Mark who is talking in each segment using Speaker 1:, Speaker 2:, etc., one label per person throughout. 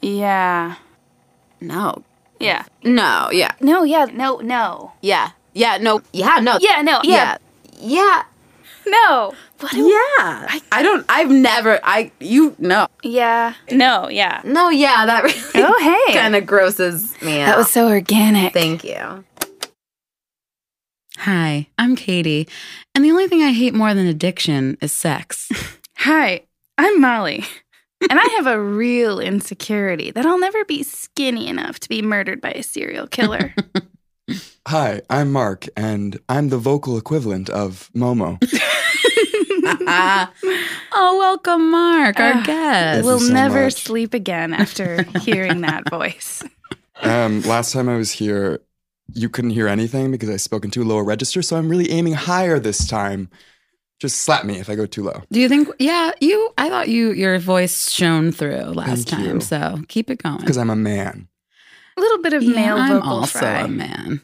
Speaker 1: Yeah.
Speaker 2: No.
Speaker 1: Yeah.
Speaker 2: No, yeah.
Speaker 1: No, yeah. No, no.
Speaker 2: Yeah. Yeah, no. Yeah, no.
Speaker 1: Yeah, no. Yeah.
Speaker 2: Yeah.
Speaker 1: No. What
Speaker 2: Yeah. I, I don't I've never I you no.
Speaker 1: Yeah. No, yeah.
Speaker 2: No, yeah, that really
Speaker 1: Oh, hey.
Speaker 2: kind of grosses me out.
Speaker 1: That was so organic.
Speaker 2: Thank you.
Speaker 3: Hi, I'm Katie, and the only thing I hate more than addiction is sex.
Speaker 1: Hi, I'm Molly. and I have a real insecurity that I'll never be skinny enough to be murdered by a serial killer.
Speaker 4: Hi, I'm Mark, and I'm the vocal equivalent of Momo.
Speaker 3: oh, welcome, Mark, our
Speaker 1: Ah,
Speaker 3: guest.
Speaker 1: we'll
Speaker 4: you so
Speaker 1: never
Speaker 4: much.
Speaker 1: sleep again after hearing that voice.
Speaker 4: Um, last time I was here, you couldn't hear anything because I spoke in too low a register, so I'm really aiming higher this time. Just slap me if I go too low.
Speaker 3: Do you think? Yeah, you. I thought you your voice shone through last
Speaker 4: Thank
Speaker 3: time,
Speaker 4: you.
Speaker 3: so keep it going.
Speaker 4: Because I'm a man.
Speaker 1: A little bit of
Speaker 3: Yeah,
Speaker 1: male
Speaker 3: I'm
Speaker 1: vocal
Speaker 3: also
Speaker 1: fry.
Speaker 3: a man,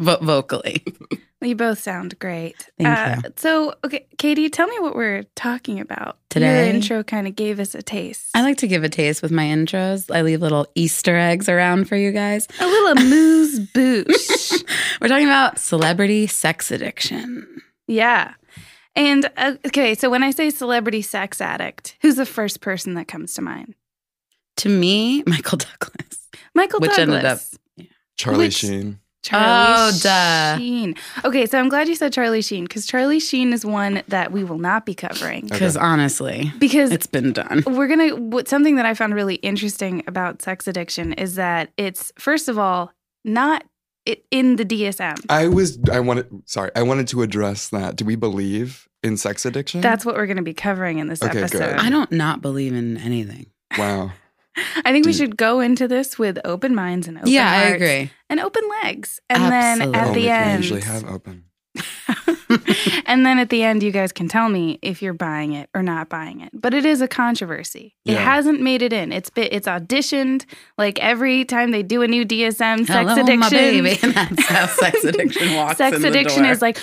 Speaker 3: but vocally.
Speaker 1: You both sound great. Uh,
Speaker 3: Thank
Speaker 1: So, okay, Katie, tell me what we're talking about
Speaker 3: Today?
Speaker 1: Your intro kind of gave us a taste.
Speaker 3: I like to give a taste with my intros. I leave little Easter eggs around for you guys.
Speaker 1: a little moose boosh.
Speaker 3: We're talking about celebrity sex addiction.
Speaker 1: yeah. And uh, okay, so when I say celebrity sex addict, who's the first person that comes to mind?
Speaker 3: To me, Michael Douglas.
Speaker 1: Michael
Speaker 3: Which
Speaker 1: Douglas.
Speaker 3: ended
Speaker 4: Charlie
Speaker 1: Which-
Speaker 4: Sheen.
Speaker 1: Charlie
Speaker 3: Oh, duh.
Speaker 1: Sheen. Okay, so I'm glad you said Charlie Sheen because Charlie Sheen is one that we will not be covering
Speaker 3: Because honestly,
Speaker 1: because
Speaker 3: it's been done.
Speaker 1: we're gonna what something that I found really interesting about sex addiction is that it's first of all not it in the DSM.
Speaker 4: I was, I wanted, sorry, I wanted to address that. Do we believe in sex addiction?
Speaker 1: That's what we're gonna be covering in this
Speaker 4: Okay, good.
Speaker 1: episode.
Speaker 3: I don't not believe in anything.
Speaker 4: Wow.
Speaker 1: I think we
Speaker 4: Deep.
Speaker 1: should go into this with open minds and open
Speaker 3: yeah, I
Speaker 1: hearts
Speaker 3: agree.
Speaker 1: and open legs, and then at the
Speaker 3: Absolutely.
Speaker 4: Only Oh, can I
Speaker 1: end,
Speaker 4: usually have open.
Speaker 1: and then at the end, you guys can tell me if you're buying it or not buying it. But it is a controversy. It
Speaker 4: Yeah.
Speaker 1: hasn't made it in. It's been, it's auditioned like every time they do a new DSM sex
Speaker 3: Hello,
Speaker 1: addiction.
Speaker 3: my baby. That's how sex addiction walks.
Speaker 1: Sex
Speaker 3: in the
Speaker 1: addiction
Speaker 3: door.
Speaker 1: is like,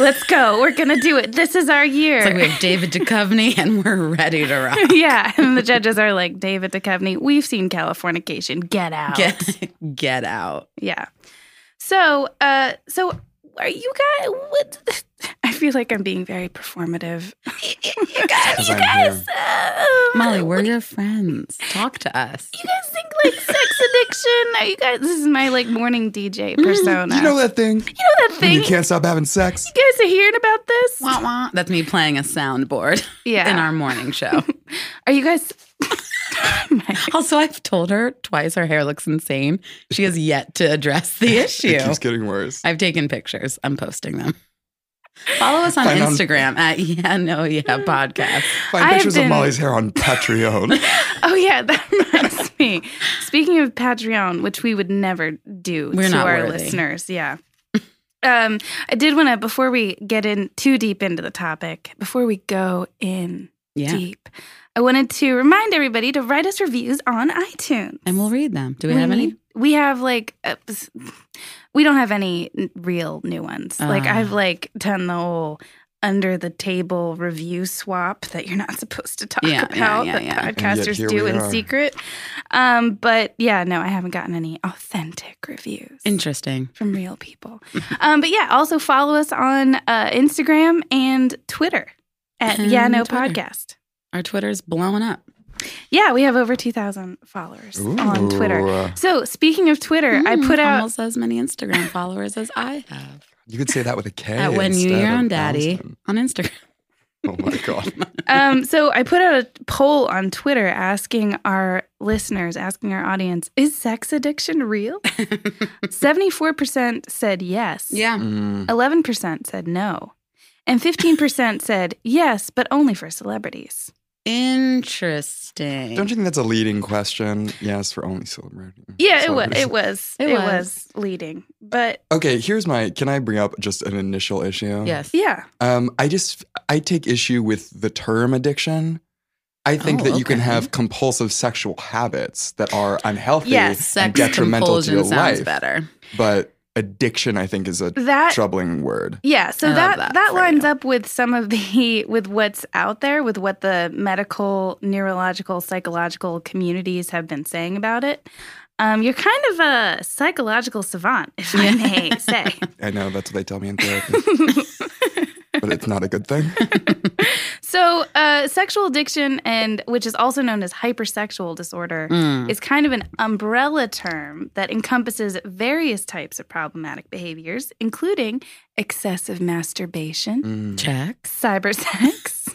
Speaker 1: let's go. We're gonna do it. This is our year.
Speaker 3: It's like we have David Duchovny and we're ready to rock.
Speaker 1: yeah, and the judges are like David Duchovny. We've seen Californication. Get out.
Speaker 3: Get get out.
Speaker 1: Yeah. So, uh, so are you guys? What? I feel like I'm being very performative. you guys,
Speaker 4: 'Cause I'm here.
Speaker 1: uh,
Speaker 3: Molly, we're your friends. Talk to us.
Speaker 1: you guys think like sex addiction? Are you guys? This is my like morning DJ persona.
Speaker 4: You know that
Speaker 1: You
Speaker 4: thing?
Speaker 1: know that
Speaker 4: When
Speaker 1: thing.
Speaker 4: you
Speaker 1: You,
Speaker 4: can't stop having sex?
Speaker 1: guys are hearing about this?
Speaker 3: Wah, wah. That's me playing a soundboard
Speaker 1: yeah.
Speaker 3: in our morning show.
Speaker 1: are you guys? Oh My-
Speaker 3: also, I've told her twice her hair looks insane. She has yet to address the issue.
Speaker 4: It keeps getting worse.
Speaker 3: I've taken pictures. I'm posting them. Follow us on
Speaker 4: Find on-
Speaker 3: Instagram at Yeah No Yeah Podcast.
Speaker 1: I
Speaker 4: Find
Speaker 1: have
Speaker 4: pictures
Speaker 1: been-
Speaker 4: of Molly's hair on Patreon.
Speaker 1: oh yeah, that reminds me. Speaking of Patreon, which we would never do
Speaker 3: We're
Speaker 1: to
Speaker 3: not
Speaker 1: our
Speaker 3: worthy.
Speaker 1: listeners, yeah. Um, I did want to before we get in too deep into the topic, before we go in
Speaker 3: Yeah.
Speaker 1: deep, I wanted to remind everybody to write us reviews on iTunes.
Speaker 3: And we'll read them. Do we, have any?
Speaker 1: need- We have like, uh, s- we don't have any n- real new ones. like
Speaker 3: Ah.
Speaker 1: I've like done the whole under the table review swap that you're not supposed to talk
Speaker 3: Yeah, yeah,
Speaker 1: about
Speaker 3: yeah,
Speaker 1: that
Speaker 3: yeah.
Speaker 4: And yet
Speaker 1: podcasters
Speaker 4: here
Speaker 1: do
Speaker 4: we
Speaker 1: in
Speaker 4: are.
Speaker 1: secret. Um, but yeah, no, I haven't gotten any authentic reviews
Speaker 3: Interesting.
Speaker 1: from real people. um, but yeah, also follow us on uh, Instagram and Twitter at
Speaker 3: And
Speaker 1: Yeah No
Speaker 3: Twitter.
Speaker 1: Podcast.
Speaker 3: Our Twitter's blowing up.
Speaker 1: Yeah, we have over 2,000 followers on Twitter.
Speaker 4: Ooh.
Speaker 1: So speaking of Twitter, I
Speaker 3: Mm,
Speaker 1: put out
Speaker 3: almost as many Instagram followers as I have
Speaker 4: You could say that with a K.
Speaker 3: At When You
Speaker 4: instead
Speaker 3: Your
Speaker 4: of
Speaker 3: Own Daddy.
Speaker 4: Allison.
Speaker 3: on Instagram.
Speaker 4: Oh my God.
Speaker 1: um, so I put out a poll on Twitter asking our listeners, asking our audience, is sex addiction real? 74% said yes.
Speaker 3: yeah.
Speaker 4: Mm.
Speaker 1: 11% said no. And 15% said yes, but only for celebrities.
Speaker 3: Interesting.
Speaker 4: Don't you think that's a leading question? Yes, for only celebrity.
Speaker 1: Yeah, it was
Speaker 4: celebrities.
Speaker 1: it was
Speaker 3: It
Speaker 1: it,
Speaker 3: was.
Speaker 1: was. leading. But
Speaker 4: Okay, here's my. Can I bring up just an initial issue?
Speaker 3: yes.
Speaker 1: yeah.
Speaker 4: Um, I just I take issue with the term addiction. I think
Speaker 3: Oh,
Speaker 4: that you can
Speaker 3: okay.
Speaker 4: have compulsive sexual habits that are unhealthy
Speaker 1: Yes,
Speaker 4: and
Speaker 3: Sex
Speaker 4: detrimental to
Speaker 3: compulsion
Speaker 4: your
Speaker 3: sounds
Speaker 4: life.
Speaker 3: better.
Speaker 4: But addiction, I think, is a
Speaker 1: That
Speaker 4: troubling word.
Speaker 1: Yeah, so
Speaker 3: I love
Speaker 1: that that,
Speaker 3: that for
Speaker 1: lines up with some of the with what's out there with what the medical, neurological, psychological communities have been saying about it. Um, you're kind of a psychological savant, if I
Speaker 3: Yeah.
Speaker 1: may say.
Speaker 4: I know that's what they tell me in therapy, but it's not a good thing.
Speaker 1: so, uh, sexual addiction, and which is also known as hypersexual disorder,
Speaker 3: Mm.
Speaker 1: is kind of an umbrella term that encompasses various types of problematic behaviors, including excessive masturbation,
Speaker 4: Mm.
Speaker 3: Check.
Speaker 1: cyber sex.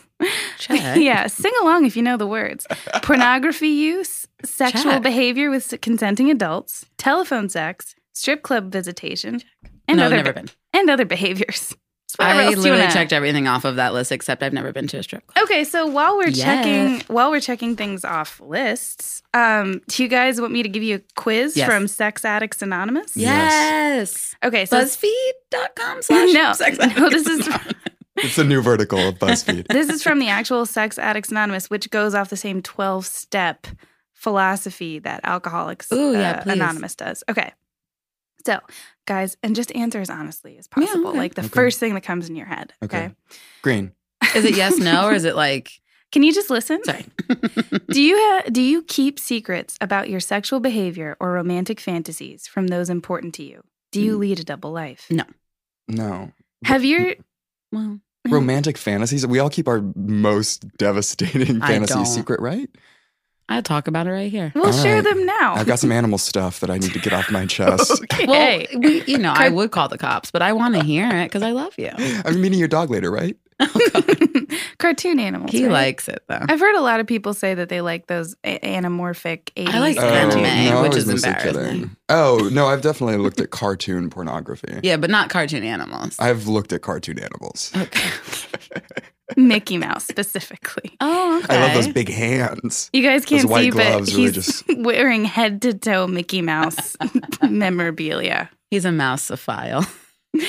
Speaker 3: Check.
Speaker 1: yeah, sing along if you know the words. Pornography use, sexual
Speaker 3: Check.
Speaker 1: behavior with consenting adults, telephone sex, strip club visitation, and
Speaker 3: no,
Speaker 1: other
Speaker 3: never been.
Speaker 1: and other behaviors. Whatever
Speaker 3: I
Speaker 1: else you
Speaker 3: literally
Speaker 1: wanna-
Speaker 3: checked everything off of that list except I've never been to a strip club.
Speaker 1: Okay, so while we're
Speaker 3: Yes.
Speaker 1: checking while we're checking things off lists, um, do you guys want me to give you a quiz
Speaker 3: Yes.
Speaker 1: from Sex Addicts Anonymous?
Speaker 3: Yes.
Speaker 1: Okay, so
Speaker 3: BuzzFeed.com slash
Speaker 1: No.
Speaker 3: sex
Speaker 1: No,
Speaker 3: addicts
Speaker 1: this is-
Speaker 3: anonymous.
Speaker 4: It's a new vertical of BuzzFeed.
Speaker 1: this is from the actual Sex Addicts Anonymous, which goes off the same 12 step philosophy that Alcoholics
Speaker 3: Ooh, yeah,
Speaker 1: uh,
Speaker 3: please.
Speaker 1: Anonymous does. Okay. So, guys, and just answer as honestly as possible.
Speaker 3: okay.
Speaker 1: Like the
Speaker 4: Okay.
Speaker 1: first thing that comes in your head. Okay.
Speaker 4: Okay. Green.
Speaker 3: Is it yes, no, or is it like
Speaker 1: Can you just listen?
Speaker 3: sorry?
Speaker 1: Do you ha- do you keep secrets about your sexual behavior or romantic fantasies from those important to you? Do you
Speaker 3: Mm.
Speaker 1: lead a double life?
Speaker 4: No.
Speaker 1: Have your
Speaker 3: well,
Speaker 4: Romantic fantasies. We all keep our most devastating
Speaker 3: I
Speaker 4: fantasy
Speaker 3: don't.
Speaker 4: secret, right?
Speaker 3: I'll talk about it right here.
Speaker 1: We'll
Speaker 4: All
Speaker 1: share
Speaker 4: right.
Speaker 1: them now.
Speaker 4: I've got some animal stuff that I need to get off my chest.
Speaker 1: Okay.
Speaker 3: Well, we, you know, I
Speaker 1: Kurt-
Speaker 3: would call the cops, but I want to hear it because I love you.
Speaker 4: I'm meeting your dog later, right?
Speaker 1: Cartoon animals.
Speaker 3: He
Speaker 1: right?
Speaker 3: likes it though.
Speaker 1: I've heard a lot of people say that they like those a- anamorphic 80s.
Speaker 3: I
Speaker 4: Oh,
Speaker 3: like
Speaker 1: cartoons.
Speaker 3: anime.
Speaker 4: I
Speaker 3: which
Speaker 4: was
Speaker 3: is
Speaker 4: mostly
Speaker 3: embarrassing.
Speaker 4: kidding. Oh no, I've definitely looked at cartoon pornography.
Speaker 3: yeah, but not cartoon animals.
Speaker 4: I've looked at cartoon animals.
Speaker 3: okay.
Speaker 1: Mickey Mouse specifically.
Speaker 3: Oh, okay.
Speaker 4: I love those big hands.
Speaker 1: You guys can't
Speaker 4: Those white
Speaker 1: see, but
Speaker 4: gloves really
Speaker 1: he's
Speaker 4: just-
Speaker 1: wearing head to toe Mickey Mouse memorabilia.
Speaker 3: He's a mouseophile.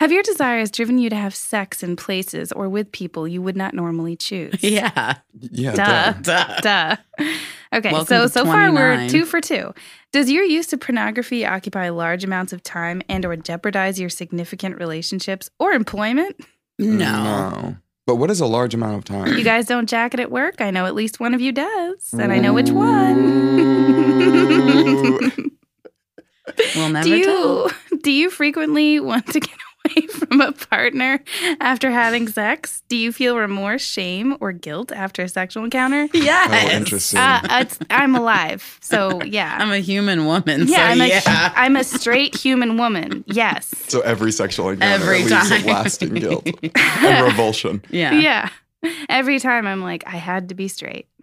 Speaker 1: Have your desires driven you to have sex in places or with people you would not normally choose?
Speaker 3: yeah.
Speaker 4: Yeah,
Speaker 1: Duh.
Speaker 4: duh.
Speaker 3: Duh.
Speaker 1: Duh. Okay,
Speaker 3: Welcome
Speaker 1: so
Speaker 3: to
Speaker 1: so far we're
Speaker 3: 29.
Speaker 1: two for two. Does your use of pornography occupy large amounts of time and or jeopardize your significant relationships or employment?
Speaker 3: No.
Speaker 4: No. But what is a large amount of time?
Speaker 1: You guys don't jack it at work. I know at least one of you does, and I know which one.
Speaker 4: Ooh.
Speaker 3: We'll never
Speaker 1: do
Speaker 3: tell.
Speaker 1: you do you frequently want to get away from a partner after having sex? Do you feel remorse, shame, or guilt after a sexual encounter?
Speaker 4: Oh,
Speaker 3: Yes.
Speaker 4: interesting.
Speaker 1: Uh, it's, I'm alive, so yeah.
Speaker 3: I'm a human woman.
Speaker 1: yeah,
Speaker 3: so
Speaker 1: I'm a,
Speaker 3: yeah.
Speaker 1: am a straight human woman. Yes.
Speaker 4: so every sexual encounter
Speaker 3: Every
Speaker 4: leaves
Speaker 3: time.
Speaker 4: a lasting guilt and revulsion.
Speaker 3: yeah.
Speaker 1: yeah. Every time I'm like, I had to be straight.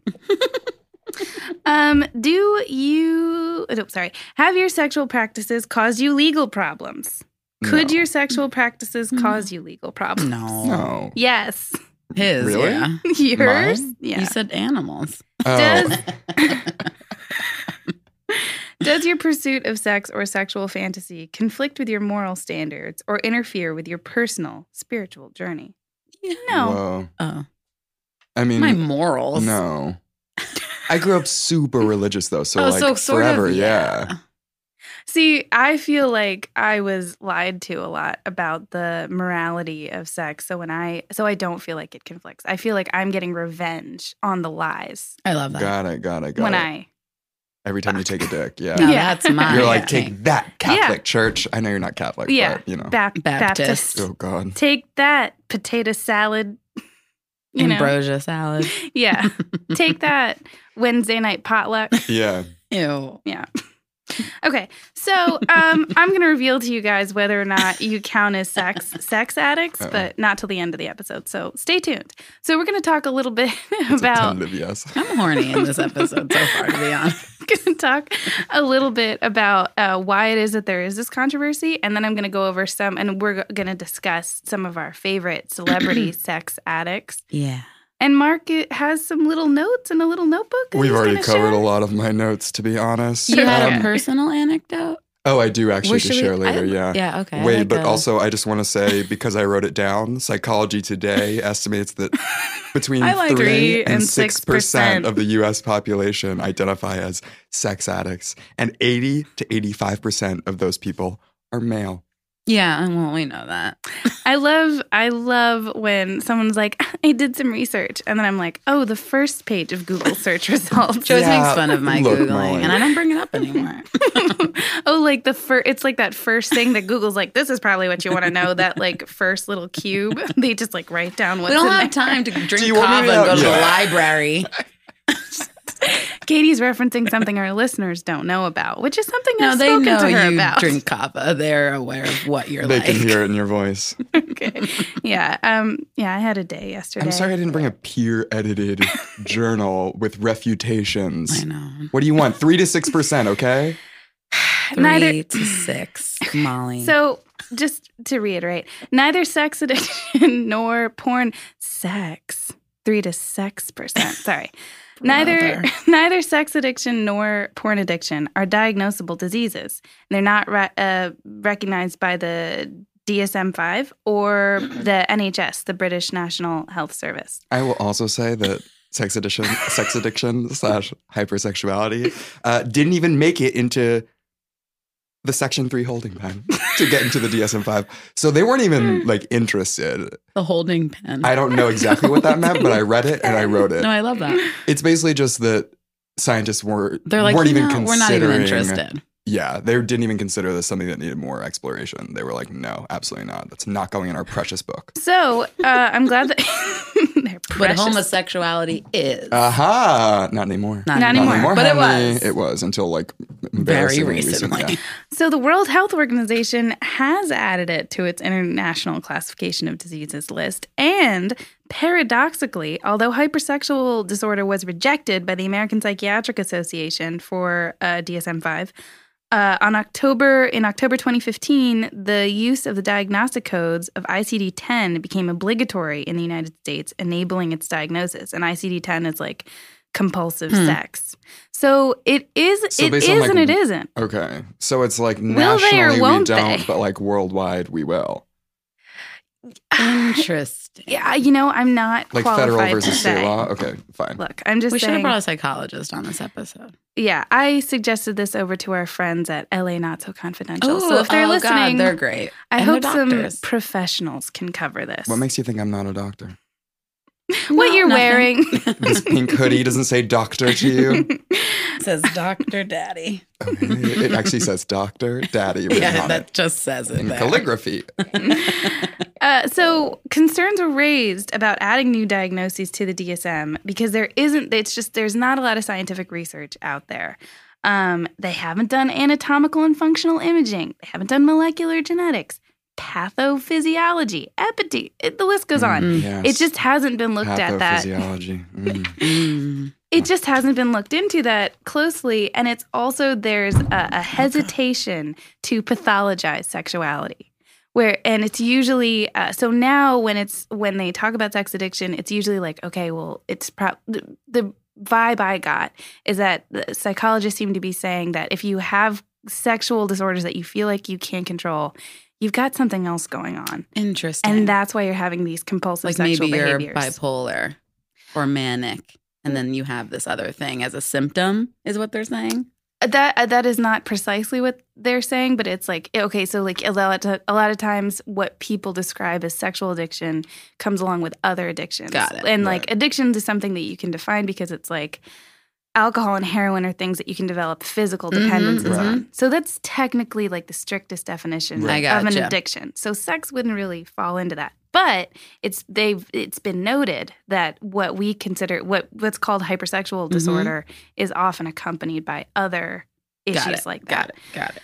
Speaker 1: um, do you, oh, sorry, have your sexual practices caused you legal problems? Could
Speaker 4: No.
Speaker 1: your sexual practices
Speaker 3: Mm.
Speaker 1: cause you legal problems?
Speaker 3: No.
Speaker 4: No.
Speaker 1: Yes.
Speaker 3: His.
Speaker 4: Really?
Speaker 3: Yeah.
Speaker 1: Yours?
Speaker 4: Mine?
Speaker 1: Yeah.
Speaker 3: You said animals.
Speaker 4: Oh,
Speaker 1: Does- Does your pursuit of sex or sexual fantasy conflict with your moral standards or interfere with your personal spiritual journey? No.
Speaker 4: whoa.
Speaker 3: Oh,
Speaker 4: I mean,
Speaker 3: my morals.
Speaker 4: no. I grew up super religious though, so
Speaker 3: oh,
Speaker 4: like
Speaker 3: so sort
Speaker 4: forever,
Speaker 3: of.
Speaker 4: yeah.
Speaker 1: See, I feel like I was lied to a lot about the morality of sex. So when I so I don't feel like it conflicts. I feel like I'm getting revenge on the lies
Speaker 3: I love that.
Speaker 4: Got it, got it, got
Speaker 1: when
Speaker 4: it.
Speaker 1: I
Speaker 4: Every time you take a dick, yeah.
Speaker 3: Now
Speaker 1: Yeah.
Speaker 3: that's mine.
Speaker 4: You're like,
Speaker 3: Okay.
Speaker 4: take that Catholic church. I know you're not Catholic,
Speaker 1: Yeah.
Speaker 4: but you know.
Speaker 1: Ba- Baptist.
Speaker 3: Baptist.
Speaker 4: Oh God.
Speaker 1: Take that potato salad. You know.
Speaker 3: ambrosia salad.
Speaker 1: Yeah. Take that Wednesday night potluck.
Speaker 4: Yeah.
Speaker 3: Ew.
Speaker 1: Okay. So um, I'm going to reveal to you guys whether or not you count as sex sex addicts,
Speaker 4: Uh-oh.
Speaker 1: but not till the end of the episode. So stay tuned. So we're going to talk a little bit
Speaker 4: It's a
Speaker 1: about
Speaker 4: tentative yes.
Speaker 3: I'm horny in this episode so far, to be honest.
Speaker 1: going to talk a little bit about uh, why it is that there is this controversy, and then I'm going to go over some, and we're going to discuss some of our favorite celebrity sex addicts.
Speaker 3: Yeah.
Speaker 1: And Mark it has some little notes and a little notebook. that
Speaker 4: We've
Speaker 1: he's
Speaker 4: already
Speaker 1: gonna
Speaker 4: covered
Speaker 1: share.
Speaker 4: a lot of my notes, to be honest.
Speaker 3: You had
Speaker 1: Okay.
Speaker 3: a personal anecdote?
Speaker 4: oh, I do Um, actually
Speaker 3: Where
Speaker 4: to
Speaker 3: should we-
Speaker 4: share later.
Speaker 3: I-
Speaker 4: yeah.
Speaker 3: Yeah, okay. I
Speaker 4: Wait,
Speaker 3: like
Speaker 4: but
Speaker 3: a-
Speaker 4: also I just want to say because I wrote it down, Psychology Today estimates that between
Speaker 1: I like
Speaker 4: three
Speaker 1: three and
Speaker 4: and six
Speaker 1: 6%.
Speaker 4: percent of the U.S. population identify as sex addicts, and eighty to eighty-five percent of those people are male.
Speaker 3: Yeah, well, we know that.
Speaker 1: I love I love when someone's like, I did some research, and then I'm like, oh, the first page of Google search results.
Speaker 3: Joyce
Speaker 4: Yeah,
Speaker 3: makes fun of my
Speaker 4: look,
Speaker 3: Googling,
Speaker 4: Molly.
Speaker 3: and I don't bring it up anymore.
Speaker 1: oh, like the first, it's like that first thing that Google's like, this is probably what you want to know. That like first little cube, they just like write down what's
Speaker 3: we don't
Speaker 1: in
Speaker 3: have
Speaker 1: there.
Speaker 3: time to drink
Speaker 4: you
Speaker 3: kava
Speaker 4: want me
Speaker 3: and
Speaker 4: to-
Speaker 3: go to the
Speaker 4: Yeah.
Speaker 3: library.
Speaker 1: Katie's referencing something our listeners don't know about, which is something
Speaker 3: No,
Speaker 1: I've
Speaker 3: they
Speaker 1: spoken
Speaker 3: know
Speaker 1: to her
Speaker 3: you
Speaker 1: about.
Speaker 3: drink kava. They're aware of what you're
Speaker 4: They
Speaker 3: like.
Speaker 4: can hear it in your voice.
Speaker 1: okay. Yeah. Um. Yeah. I had a day yesterday.
Speaker 4: I'm sorry I didn't bring a peer edited journal with
Speaker 3: I
Speaker 4: refutations.
Speaker 3: know.
Speaker 4: What do you want? Three to six percent, okay?
Speaker 3: Three
Speaker 1: Neither-
Speaker 3: to six, Molly.
Speaker 1: So, just to reiterate, neither sex addiction nor porn sex three to six percent. Sorry, neither
Speaker 3: Brother.
Speaker 1: neither sex addiction nor porn addiction are diagnosable diseases. They're not re- uh, recognized by the DSM five or the NHS, the British National Health Service.
Speaker 4: I will also say that sex addiction, sex addiction slash hypersexuality uh, didn't even make it into the Section Three holding pen to get into the DSM five. So they weren't even
Speaker 3: Hmm.
Speaker 4: like interested.
Speaker 3: the holding pen.
Speaker 4: I don't know exactly what that meant, but I read it and I wrote it.
Speaker 3: no, I love that.
Speaker 4: It's basically just that scientists weren't
Speaker 3: They're like,
Speaker 4: weren't
Speaker 3: no,
Speaker 4: even considering.
Speaker 3: we're not even interested.
Speaker 4: Yeah, they didn't even consider this something that needed more exploration. They were like, no, absolutely not. That's not going in our precious book.
Speaker 1: So, uh, I'm glad that they're
Speaker 3: But
Speaker 1: precious.
Speaker 3: homosexuality is
Speaker 4: Aha! Not anymore.
Speaker 3: not,
Speaker 1: Not
Speaker 3: anymore.
Speaker 1: anymore.
Speaker 3: But it
Speaker 4: honey.
Speaker 3: was.
Speaker 4: It was until like
Speaker 3: very
Speaker 4: embarrassingly recent,
Speaker 3: recently.
Speaker 4: yeah.
Speaker 1: So, the World Health Organization has added it to its international classification of diseases list. And paradoxically, although hypersexual disorder was rejected by the American Psychiatric Association for uh, DSM 5, uh, on October in October 2015, the use of the diagnostic codes of ICD-10 became obligatory in the United States, enabling its diagnosis. And ICD-10 is like compulsive
Speaker 3: Hmm.
Speaker 1: sex. So it is,
Speaker 4: So
Speaker 1: it
Speaker 4: based
Speaker 1: is,
Speaker 4: on, like,
Speaker 1: and it isn't.
Speaker 4: Okay, so it's like
Speaker 1: Will they or
Speaker 4: nationally we
Speaker 1: won't
Speaker 4: don't,
Speaker 1: they?
Speaker 4: but like worldwide we will. Mm,
Speaker 3: Interesting.
Speaker 1: Yeah, you know, I'm not
Speaker 4: Like
Speaker 1: qualified
Speaker 4: federal
Speaker 1: to
Speaker 4: versus
Speaker 1: say.
Speaker 4: state law. Okay, fine.
Speaker 1: Look, I'm just
Speaker 3: We should have
Speaker 1: saying.
Speaker 3: brought a psychologist on this episode.
Speaker 1: yeah, I suggested this over to our friends at LA Not So Confidential. so if they're
Speaker 3: oh, God,
Speaker 1: listening,
Speaker 3: they're great.
Speaker 1: I
Speaker 3: and
Speaker 1: hope
Speaker 3: they're
Speaker 1: some
Speaker 3: doctors.
Speaker 1: professionals can cover this.
Speaker 4: What makes you think I'm not a doctor?
Speaker 1: what
Speaker 3: No,
Speaker 1: you're
Speaker 3: nothing.
Speaker 1: wearing?
Speaker 4: This pink hoodie doesn't say doctor to you.
Speaker 3: It says Doctor Daddy.
Speaker 4: Oh, really? it actually says doctor, daddy written
Speaker 3: yeah,
Speaker 4: on
Speaker 3: that
Speaker 4: it
Speaker 3: just says it.
Speaker 4: in
Speaker 3: there.
Speaker 4: calligraphy.
Speaker 1: Uh, so concerns were raised about adding new diagnoses to the DSM because there isn't. It's just there's not a lot of scientific research out there. Um, they haven't done anatomical and functional imaging. They haven't done molecular genetics, pathophysiology, epity. It, the list goes on.
Speaker 4: Mm, yes.
Speaker 1: It just hasn't been looked at that.
Speaker 4: Pathophysiology. Mm.
Speaker 3: Mm.
Speaker 1: It just hasn't been looked into that closely, and it's also there's a, a hesitation to pathologize sexuality, where and it's usually uh, so now when it's when they talk about sex addiction, it's usually like okay, well, it's pro- the, the vibe I got is that the psychologists seem to be saying that if you have sexual disorders that you feel like you can't control, you've got something else going on,
Speaker 3: Interesting.
Speaker 1: and that's why you're having these compulsive
Speaker 3: like maybe
Speaker 1: sexual
Speaker 3: you're
Speaker 1: behaviors.
Speaker 3: bipolar or manic, and then you have this other thing as a symptom, is what they're saying.
Speaker 1: that uh, that is not precisely what they're saying but it's like eh, okay so like a lot, of, a lot of times what people describe as sexual addiction comes along with other addictions
Speaker 3: Got it.
Speaker 1: and
Speaker 4: Right.
Speaker 1: like addictions is something that you can define because it's like alcohol and heroin are things that you can develop physical
Speaker 3: Mhm,
Speaker 1: dependencies
Speaker 4: Right.
Speaker 1: on so that's technically like the strictest definition
Speaker 4: Right.
Speaker 3: I
Speaker 1: of an
Speaker 3: gotcha.
Speaker 1: addiction so sex wouldn't really fall into that but it's they've it's been noted that what we consider what what's called hypersexual
Speaker 3: Mhm.
Speaker 1: disorder is often accompanied by other issues
Speaker 3: Got it,
Speaker 1: like that.
Speaker 3: Got it. Got it.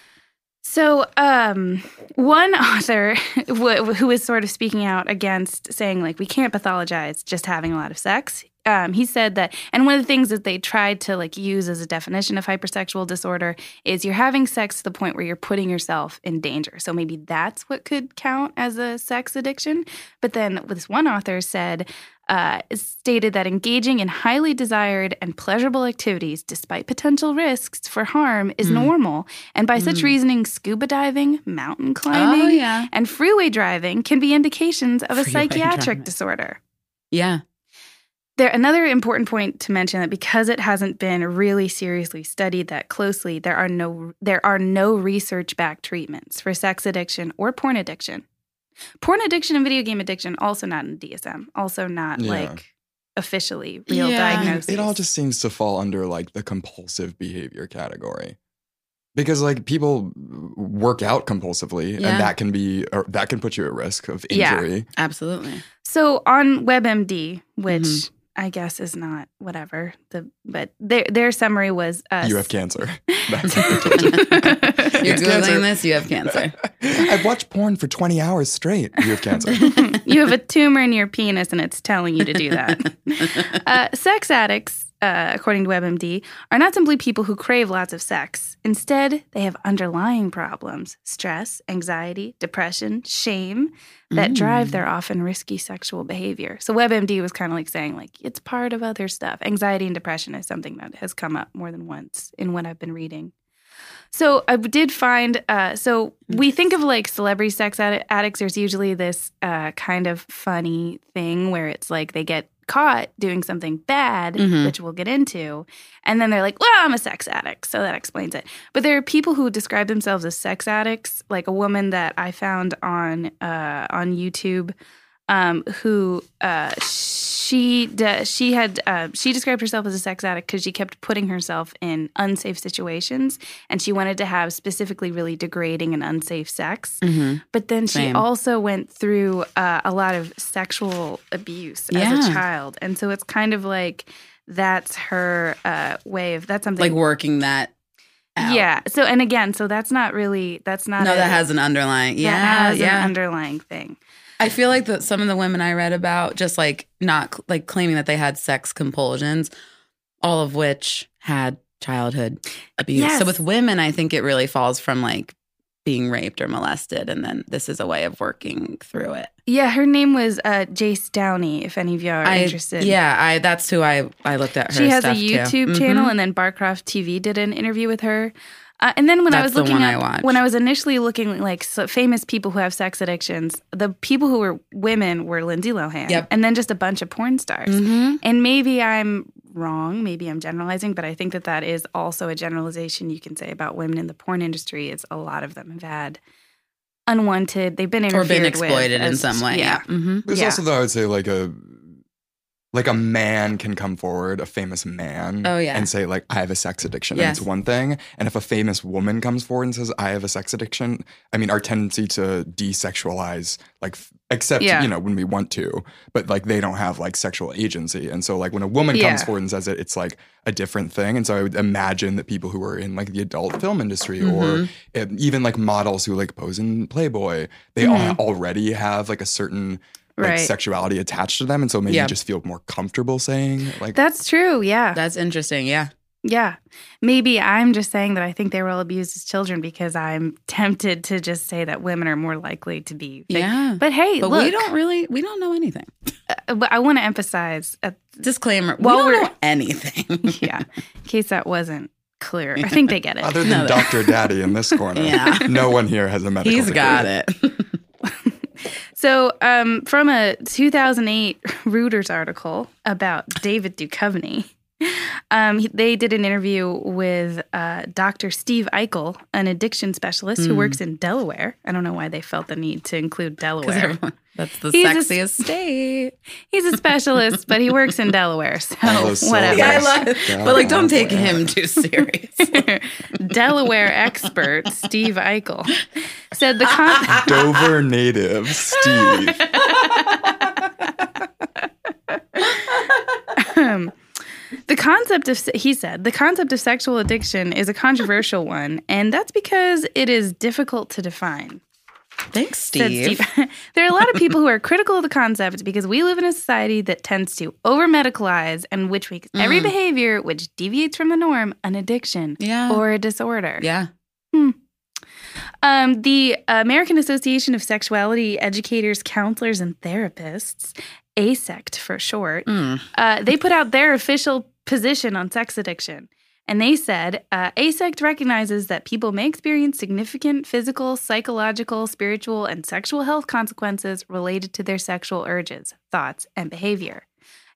Speaker 1: So, um, one author wh- who is sort of speaking out against saying, like, we can't pathologize just having a lot of sex. Um, he said that, and one of the things that they tried to like use as a definition of hypersexual disorder is you're having sex to the point where you're putting yourself in danger. So maybe that's what could count as a sex addiction. But then this one author said, uh, stated that engaging in highly desired and pleasurable activities, despite potential risks for harm, is
Speaker 3: Mm.
Speaker 1: normal. And by such
Speaker 3: Mm.
Speaker 1: reasoning, scuba diving, mountain climbing,
Speaker 3: Oh yeah,
Speaker 1: and freeway driving can be indications of a
Speaker 3: Freeway
Speaker 1: psychiatric
Speaker 3: driving.
Speaker 1: disorder.
Speaker 3: yeah.
Speaker 1: There, another important point to mention that because it hasn't been really seriously studied that closely, there are no there are no research backed treatments for sex addiction or porn addiction. Porn addiction and video game addiction also not in DSM, also not
Speaker 4: Yeah.
Speaker 1: like officially real
Speaker 3: Yeah. I mean,
Speaker 1: diagnoses.
Speaker 4: It all just seems to fall under like the compulsive behavior category. Because like people work out compulsively
Speaker 3: Yeah.
Speaker 4: and that can be or that can put you at risk of
Speaker 1: Yeah.
Speaker 4: injury.
Speaker 3: Absolutely.
Speaker 1: So on WebMD, which
Speaker 3: Mhm.
Speaker 1: I guess is not whatever the but their their summary was uh, us.
Speaker 4: You have cancer. That's
Speaker 3: You're
Speaker 4: It's
Speaker 3: googling
Speaker 4: cancer.
Speaker 3: this. You have cancer.
Speaker 4: I've watched porn for 20 hours straight. You have cancer.
Speaker 1: you have a tumor in your penis and it's telling you to do that. Uh, sex addicts, uh, according to WebMD, are not simply people who crave lots of sex. Instead, they have underlying problems stress, anxiety, depression, shame that
Speaker 3: Mm.
Speaker 1: drive their often risky sexual behavior. So WebMD was kind of like saying, like, it's part of other stuff. Anxiety and depression is something that has come up more than once in what I've been reading. So I did find. Uh, so we think of like celebrity sex addi- addicts. There's usually this uh, kind of funny thing where it's like they get caught doing something bad,
Speaker 3: Mhm.
Speaker 1: which we'll get into, and then they're like, "Well, I'm a sex addict," so that explains it. But there are people who describe themselves as sex addicts, like a woman that I found on uh, on YouTube, um, who uh, she de- she had uh, she described herself as a sex addict because she kept putting herself in unsafe situations, and she wanted to have specifically really degrading and unsafe sex.
Speaker 3: Mhm.
Speaker 1: But then she
Speaker 3: Same.
Speaker 1: also went through uh, a lot of sexual abuse as
Speaker 3: Yeah.
Speaker 1: a child, and so it's kind of like. That's her uh, way of. That's something
Speaker 3: Like working that. Out.
Speaker 1: yeah. So and again, so that's not really that's not
Speaker 3: No,
Speaker 1: a-
Speaker 3: that has an underlying.
Speaker 1: that
Speaker 3: Yeah.
Speaker 1: has
Speaker 3: yeah.
Speaker 1: an underlying thing.
Speaker 3: I feel like that some of the women I read about just like not like claiming that they had sex compulsions, all of which had childhood abuse.
Speaker 1: Yes.
Speaker 3: So with women, I think it really falls from like being raped or molested, and then this is a way of working through it.
Speaker 1: Yeah, her name was uh, Jace Downey. If any of y'all are
Speaker 3: I,
Speaker 1: interested,
Speaker 3: Yeah, I that's who I I looked at. Her
Speaker 1: she has a
Speaker 3: stuff, too.
Speaker 1: YouTube
Speaker 3: Mhm.
Speaker 1: channel, and then Barcroft TV did an interview with her. Uh, and then when I was
Speaker 3: That's the
Speaker 1: looking
Speaker 3: one
Speaker 1: up,
Speaker 3: I watched.
Speaker 1: when I was initially looking like so famous people who have sex addictions, the people who were women were Lindsay Lohan,
Speaker 3: Yep.
Speaker 1: and then just a bunch of porn stars.
Speaker 3: Mhm.
Speaker 1: And maybe I'm wrong, maybe I'm generalizing, but I think that that is also a generalization you can say about women in the porn industry is a lot of them have had unwanted, they've been
Speaker 3: Or
Speaker 1: interfered
Speaker 3: been
Speaker 1: with
Speaker 3: exploited in
Speaker 1: as-
Speaker 3: some way. Yeah. Mhm.
Speaker 4: There's
Speaker 1: Yeah.
Speaker 4: also though I would say like a like a man can come forward, a famous man,
Speaker 3: Oh, yeah.
Speaker 4: and say like I have a sex addiction.
Speaker 3: Yes.
Speaker 4: And it's one thing, and if a famous woman comes forward and says I have a sex addiction, I mean our tendency to desexualize, like f- except
Speaker 1: Yeah.
Speaker 4: you know when we want to, but like they don't have like sexual agency, and so like when a woman comes
Speaker 1: Yeah.
Speaker 4: forward and says it, it's like a different thing. And so I would imagine that people who are in like the adult film industry
Speaker 3: Mhm.
Speaker 4: or um, even like models who like pose in Playboy, they all
Speaker 1: Mhm.
Speaker 4: already have like a certain like
Speaker 1: Right.
Speaker 4: sexuality attached to them, and so maybe
Speaker 3: Yeah.
Speaker 4: you just feel more comfortable saying like
Speaker 1: That's true. Yeah.
Speaker 3: That's interesting. Yeah.
Speaker 1: yeah. Maybe I'm just saying that I think they were all abused as children because I'm tempted to just say that women are more likely to be. vic-
Speaker 3: Yeah.
Speaker 1: But hey,
Speaker 3: But
Speaker 1: look,
Speaker 3: we don't really we don't know anything.
Speaker 1: uh, but I want to emphasize uh,
Speaker 3: Disclaimer.
Speaker 1: While
Speaker 3: we don't
Speaker 1: we're-
Speaker 3: know anything.
Speaker 1: yeah, in case that wasn't clear. I think they get it.
Speaker 4: other than
Speaker 3: No, that-
Speaker 4: Dr. Daddy in this corner.
Speaker 3: Yeah.
Speaker 4: No one here has a medical.
Speaker 3: He's
Speaker 4: degree.
Speaker 3: got it.
Speaker 1: So, um, from a 2008 Reuters article about David Duchovny, um, he- they did an interview with uh, Dr. Steve Eichel, an addiction specialist who
Speaker 3: Hmm.
Speaker 1: works in Delaware. I don't know why they felt the need to include
Speaker 3: Because
Speaker 1: Delaware.
Speaker 3: everyone, that's the
Speaker 1: He's a s-
Speaker 3: sexiest state.
Speaker 1: He's a specialist, but he works in Delaware, so
Speaker 4: All those
Speaker 1: whatever.
Speaker 4: syllables. Yeah, I love-
Speaker 3: but like, don't take him too serious.
Speaker 1: Delaware expert Steve Eichel said the con-
Speaker 4: Dover native Steve.
Speaker 1: Um, the concept of he said the concept of sexual addiction is a controversial one, and that's because it is difficult to define.
Speaker 3: Thanks,
Speaker 1: said
Speaker 3: Steve.
Speaker 1: Steve. there are a lot of people who are critical of the concept because we live in a society that tends to over medicalize and which makes every
Speaker 3: Mm.
Speaker 1: behavior which deviates from the norm an addiction
Speaker 3: Yeah.
Speaker 1: or a disorder.
Speaker 3: yeah.
Speaker 1: Um, the American Association of Sexuality Educators, Counselors, and Therapists, ASECT for short,
Speaker 3: Mm.
Speaker 1: uh, they put out their official position on sex addiction. And they said uh, ASECT recognizes that people may experience significant physical, psychological, spiritual, and sexual health consequences related to their sexual urges, thoughts, and behavior.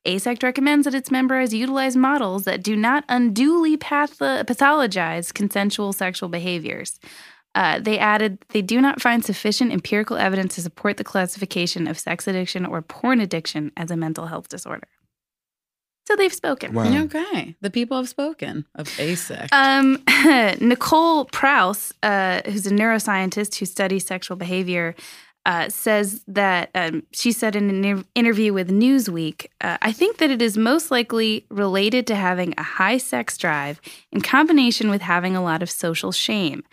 Speaker 1: ASECT recommends that its members utilize models that do not unduly patho- pathologize consensual sexual behaviors. Uh, they added they do not find sufficient empirical evidence to support the classification of sex addiction or porn addiction as a mental health disorder. So they've spoken.
Speaker 4: Wow.
Speaker 3: Okay. The people have spoken of ASEC.
Speaker 1: Um, Nicole Prouse, uh, who's a neuroscientist who studies sexual behavior, uh, says that um, she said in an inter- interview with Newsweek, uh, I think that it is most likely related to having a high sex drive in combination with having a lot of social shame.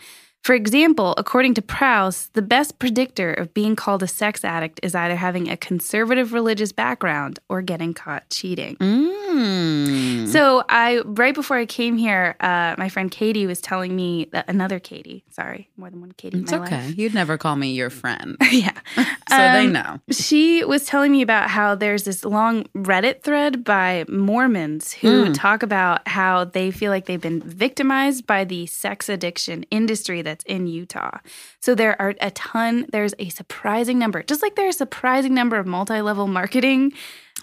Speaker 1: For example, according to Prouse, the best predictor of being called a sex addict is either having a conservative religious background or getting caught cheating.
Speaker 3: Mm.
Speaker 1: So I right before I came here, uh, my friend Katie was telling me that another Katie, sorry, more than one Katie
Speaker 3: it's
Speaker 1: in my
Speaker 3: okay.
Speaker 1: life.
Speaker 3: You'd never call me your friend.
Speaker 1: yeah.
Speaker 3: So they
Speaker 1: Um,
Speaker 3: know.
Speaker 1: She was telling me about how there's this long Reddit thread by Mormons who
Speaker 3: Mm.
Speaker 1: talk about how they feel like they've been victimized by the sex addiction industry that's in Utah. So there are a ton, there's a surprising number, just like there's a surprising number of multi level marketing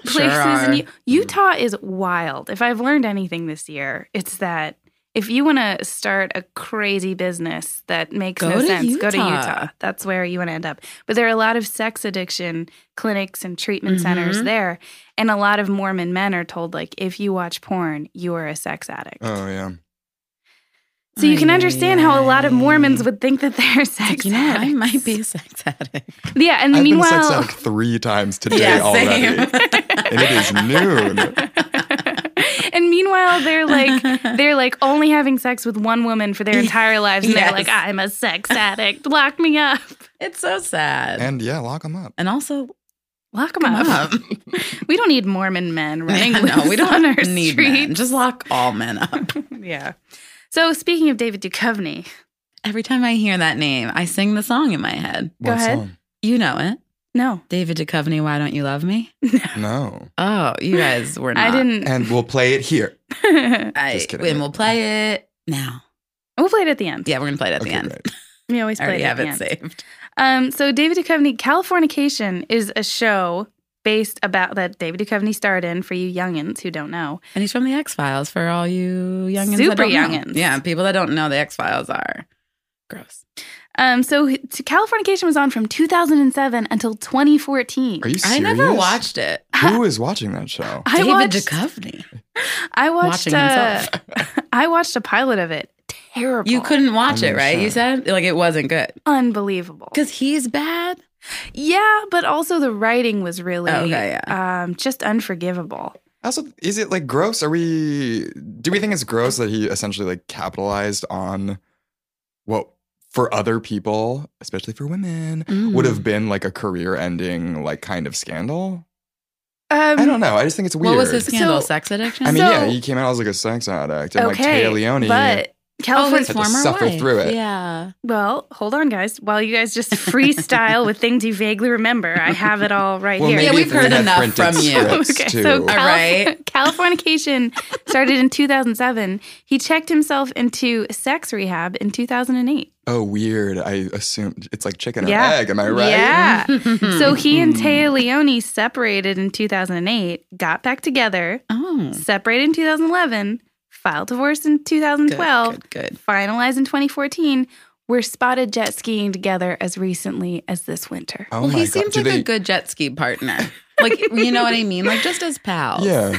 Speaker 3: Sure
Speaker 1: places.
Speaker 3: are.
Speaker 1: in U- Utah is wild. If I've learned anything this year, it's that. If you want to start a crazy business that makes
Speaker 3: Go
Speaker 1: no
Speaker 3: to
Speaker 1: sense, go to
Speaker 3: Utah.
Speaker 1: Utah. That's where you want to end up. But there are a lot of sex addiction clinics and treatment centers
Speaker 3: Mhm.
Speaker 1: there. And a lot of Mormon men are told, like, if you watch porn, you are a sex addict.
Speaker 4: Oh yeah.
Speaker 1: so you can
Speaker 3: Ay,
Speaker 1: understand how a lot of Mormons
Speaker 3: ay.
Speaker 1: would think that they're sex
Speaker 3: Like, you know, what? I
Speaker 1: addicts.
Speaker 3: might be a sex addict.
Speaker 1: Yeah. And
Speaker 4: I've been sex
Speaker 1: meanwhile,
Speaker 4: addict three times today already.
Speaker 3: same.
Speaker 4: And it is noon.
Speaker 1: and meanwhile, they're like, they're like only having sex with one woman for their entire lives. And
Speaker 3: Yes.
Speaker 1: they're like, I'm a sex addict. Lock me up.
Speaker 3: it's so sad. And,
Speaker 4: And yeah, lock them up.
Speaker 3: also,
Speaker 1: Lock them
Speaker 3: come
Speaker 1: up.
Speaker 3: up.
Speaker 1: We don't need Mormon men running
Speaker 3: no,
Speaker 1: loose
Speaker 3: we don't
Speaker 1: on our
Speaker 3: need
Speaker 1: streets.
Speaker 3: men. Just lock all men up.
Speaker 1: yeah. So speaking of David Duchovny,
Speaker 3: Every time I hear that name, I sing the song in my head.
Speaker 1: Go
Speaker 4: What
Speaker 1: ahead.
Speaker 4: song?
Speaker 3: You know it.
Speaker 1: no,
Speaker 3: David Duchovny, Why Don't You Love Me?
Speaker 4: No.
Speaker 3: Oh, you guys were not. Eh.
Speaker 1: I didn't.
Speaker 4: And we'll play it here.
Speaker 3: I,
Speaker 4: Just kidding.
Speaker 3: And we'll play it now.
Speaker 1: we'll play it at the end.
Speaker 3: Yeah, we're going to play it at the end.
Speaker 4: great.
Speaker 1: we always
Speaker 3: I
Speaker 1: play it
Speaker 3: already
Speaker 1: at
Speaker 3: have
Speaker 1: the
Speaker 3: it
Speaker 1: end.
Speaker 3: saved.
Speaker 1: Um, so David Duchovny, Californication is a show based about that David Duchovny starred in. For you youngins who don't know,
Speaker 3: And he's from the X Files for all you youngins.
Speaker 1: Super
Speaker 3: that don't know.
Speaker 1: youngins.
Speaker 3: Yeah, people that don't know the X Files are gross.
Speaker 1: um, so h- to Californication was on from 2007 until 2014.
Speaker 4: Are you serious?
Speaker 3: I never watched it.
Speaker 4: Who is watching that show?
Speaker 1: I
Speaker 3: David
Speaker 1: watched.
Speaker 3: Duchovny
Speaker 1: I watched.
Speaker 3: watching
Speaker 1: Uh,
Speaker 3: himself.
Speaker 1: I watched a pilot of it. Terrible.
Speaker 3: You couldn't watch
Speaker 4: I'm
Speaker 3: it, right? You
Speaker 4: sure.
Speaker 3: said like it wasn't good
Speaker 1: Unbelievable.
Speaker 3: because he's bad.
Speaker 1: Yeah, but also the writing was really
Speaker 3: Oh, okay,
Speaker 1: um, just unforgivable.
Speaker 4: Also, is it like gross? Are we do we think it's gross that he essentially like capitalized on what for other people, especially for women, would
Speaker 3: Hmm.
Speaker 4: have been like a career ending like kind of scandal?
Speaker 1: Um,
Speaker 4: I don't know. I just think it's weird.
Speaker 3: What was his scandal?
Speaker 1: So-
Speaker 3: Sex addiction.
Speaker 4: I mean,
Speaker 1: So-
Speaker 4: yeah, he came out as like a sex addict and
Speaker 1: okay,
Speaker 4: like Tay Leone.
Speaker 1: but
Speaker 3: oh,
Speaker 1: California.
Speaker 3: his
Speaker 4: Had to
Speaker 3: former
Speaker 4: suffer
Speaker 3: wife.
Speaker 4: through it.
Speaker 3: Yeah.
Speaker 1: well, hold on, guys. While you guys just freestyle with things you vaguely remember, I have it all right
Speaker 4: well,
Speaker 1: here.
Speaker 4: maybe
Speaker 3: Yeah, we've
Speaker 4: if we
Speaker 3: heard
Speaker 4: had
Speaker 3: enough
Speaker 4: printed
Speaker 3: from you.
Speaker 4: scripts,
Speaker 1: okay,
Speaker 4: too.
Speaker 1: so Calif-
Speaker 3: All right.
Speaker 1: Californication started in 2007. He checked himself into sex rehab in 2008.
Speaker 4: oh, weird. I assumed it's like chicken
Speaker 1: Yeah.
Speaker 4: and egg. Am I right?
Speaker 1: Yeah.
Speaker 3: Hmm.
Speaker 1: so he
Speaker 4: Hmm.
Speaker 1: and Taya Leone separated in 2008, got back together,
Speaker 4: Hmm.
Speaker 3: oh,
Speaker 1: separated in 2011, filed divorce in
Speaker 3: good,
Speaker 1: 2012,
Speaker 3: good, good.
Speaker 1: finalized in 2014. We're spotted jet skiing together as recently as this winter.
Speaker 4: Oh
Speaker 3: well,
Speaker 4: my
Speaker 3: he
Speaker 4: God.
Speaker 3: seems
Speaker 4: Do
Speaker 3: like
Speaker 4: they-
Speaker 3: a good jet ski partner. Like you know what I mean? Like just as pals.
Speaker 4: Yeah.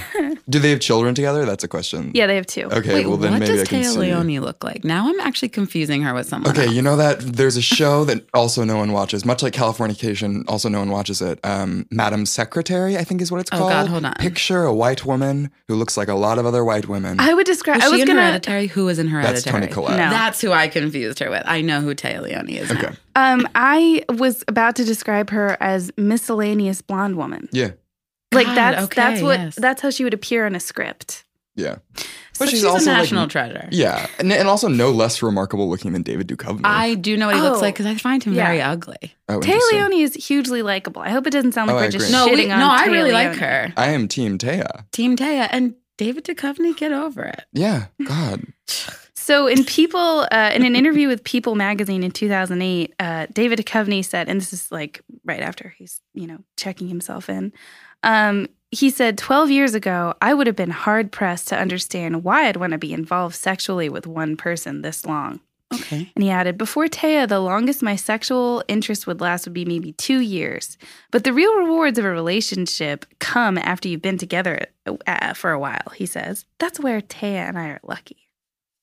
Speaker 4: Do they have children together? That's a question.
Speaker 1: Yeah, they have two.
Speaker 4: Okay.
Speaker 3: Wait,
Speaker 4: well, then
Speaker 3: what
Speaker 4: maybe
Speaker 3: does
Speaker 4: I can
Speaker 3: Taya
Speaker 4: see.
Speaker 3: Leone look like? Now I'm actually confusing her with someone.
Speaker 4: Okay,
Speaker 3: else.
Speaker 4: you know that there's a show that also no one watches, much like Californication, also no one watches it. Um, Madam Secretary, I think is what it's
Speaker 3: Oh,
Speaker 4: called.
Speaker 3: God, hold on.
Speaker 4: Picture a white woman who looks like a lot of other white women.
Speaker 1: I would describe.
Speaker 3: Was
Speaker 1: I
Speaker 3: she
Speaker 1: was
Speaker 3: in
Speaker 1: gonna.
Speaker 3: Hereditary? Who was in Hereditary?
Speaker 4: That's Tony Collette.
Speaker 1: No.
Speaker 3: That's who I confused her with. I know who Taya Leone is. now.
Speaker 4: Okay.
Speaker 1: Um, I was about to describe her as miscellaneous blonde woman.
Speaker 4: Yeah.
Speaker 1: Like
Speaker 3: God,
Speaker 1: that's
Speaker 3: okay,
Speaker 1: that's what
Speaker 3: yes.
Speaker 1: that's how she would appear in a script.
Speaker 4: Yeah.
Speaker 3: But she's, a
Speaker 4: like,
Speaker 3: national treasure.
Speaker 4: yeah, and, and also no less remarkable looking than David Duchovny.
Speaker 3: I do know what he looks
Speaker 1: Oh.
Speaker 3: like because I find him
Speaker 1: Yeah.
Speaker 3: very ugly.
Speaker 4: oh,
Speaker 1: Tay
Speaker 4: interesting.
Speaker 1: Leone is hugely likable. I hope it doesn't sound like
Speaker 4: Oh, I
Speaker 1: we're just
Speaker 4: agree.
Speaker 3: No,
Speaker 1: shitting
Speaker 3: we,
Speaker 1: on.
Speaker 3: no, I
Speaker 1: Tay
Speaker 3: really like
Speaker 1: Leone.
Speaker 3: her.
Speaker 4: I am Team Taya.
Speaker 3: Team Taya and David Duchovny, get over it.
Speaker 4: Yeah. God.
Speaker 1: So, in People, uh, in an interview with People magazine in 2008, uh, David Duchovny said, and this is like right after he's, you know, checking himself in. Um, he said 12 years ago, I would have been hard pressed to understand why I'd want to be involved sexually with one person this long.
Speaker 3: Okay.
Speaker 1: And he added, Before Taya, the longest my sexual interest would last would be maybe two years. But the real rewards of a relationship come after you've been together uh, for a while, he says. That's where Taya and I are lucky.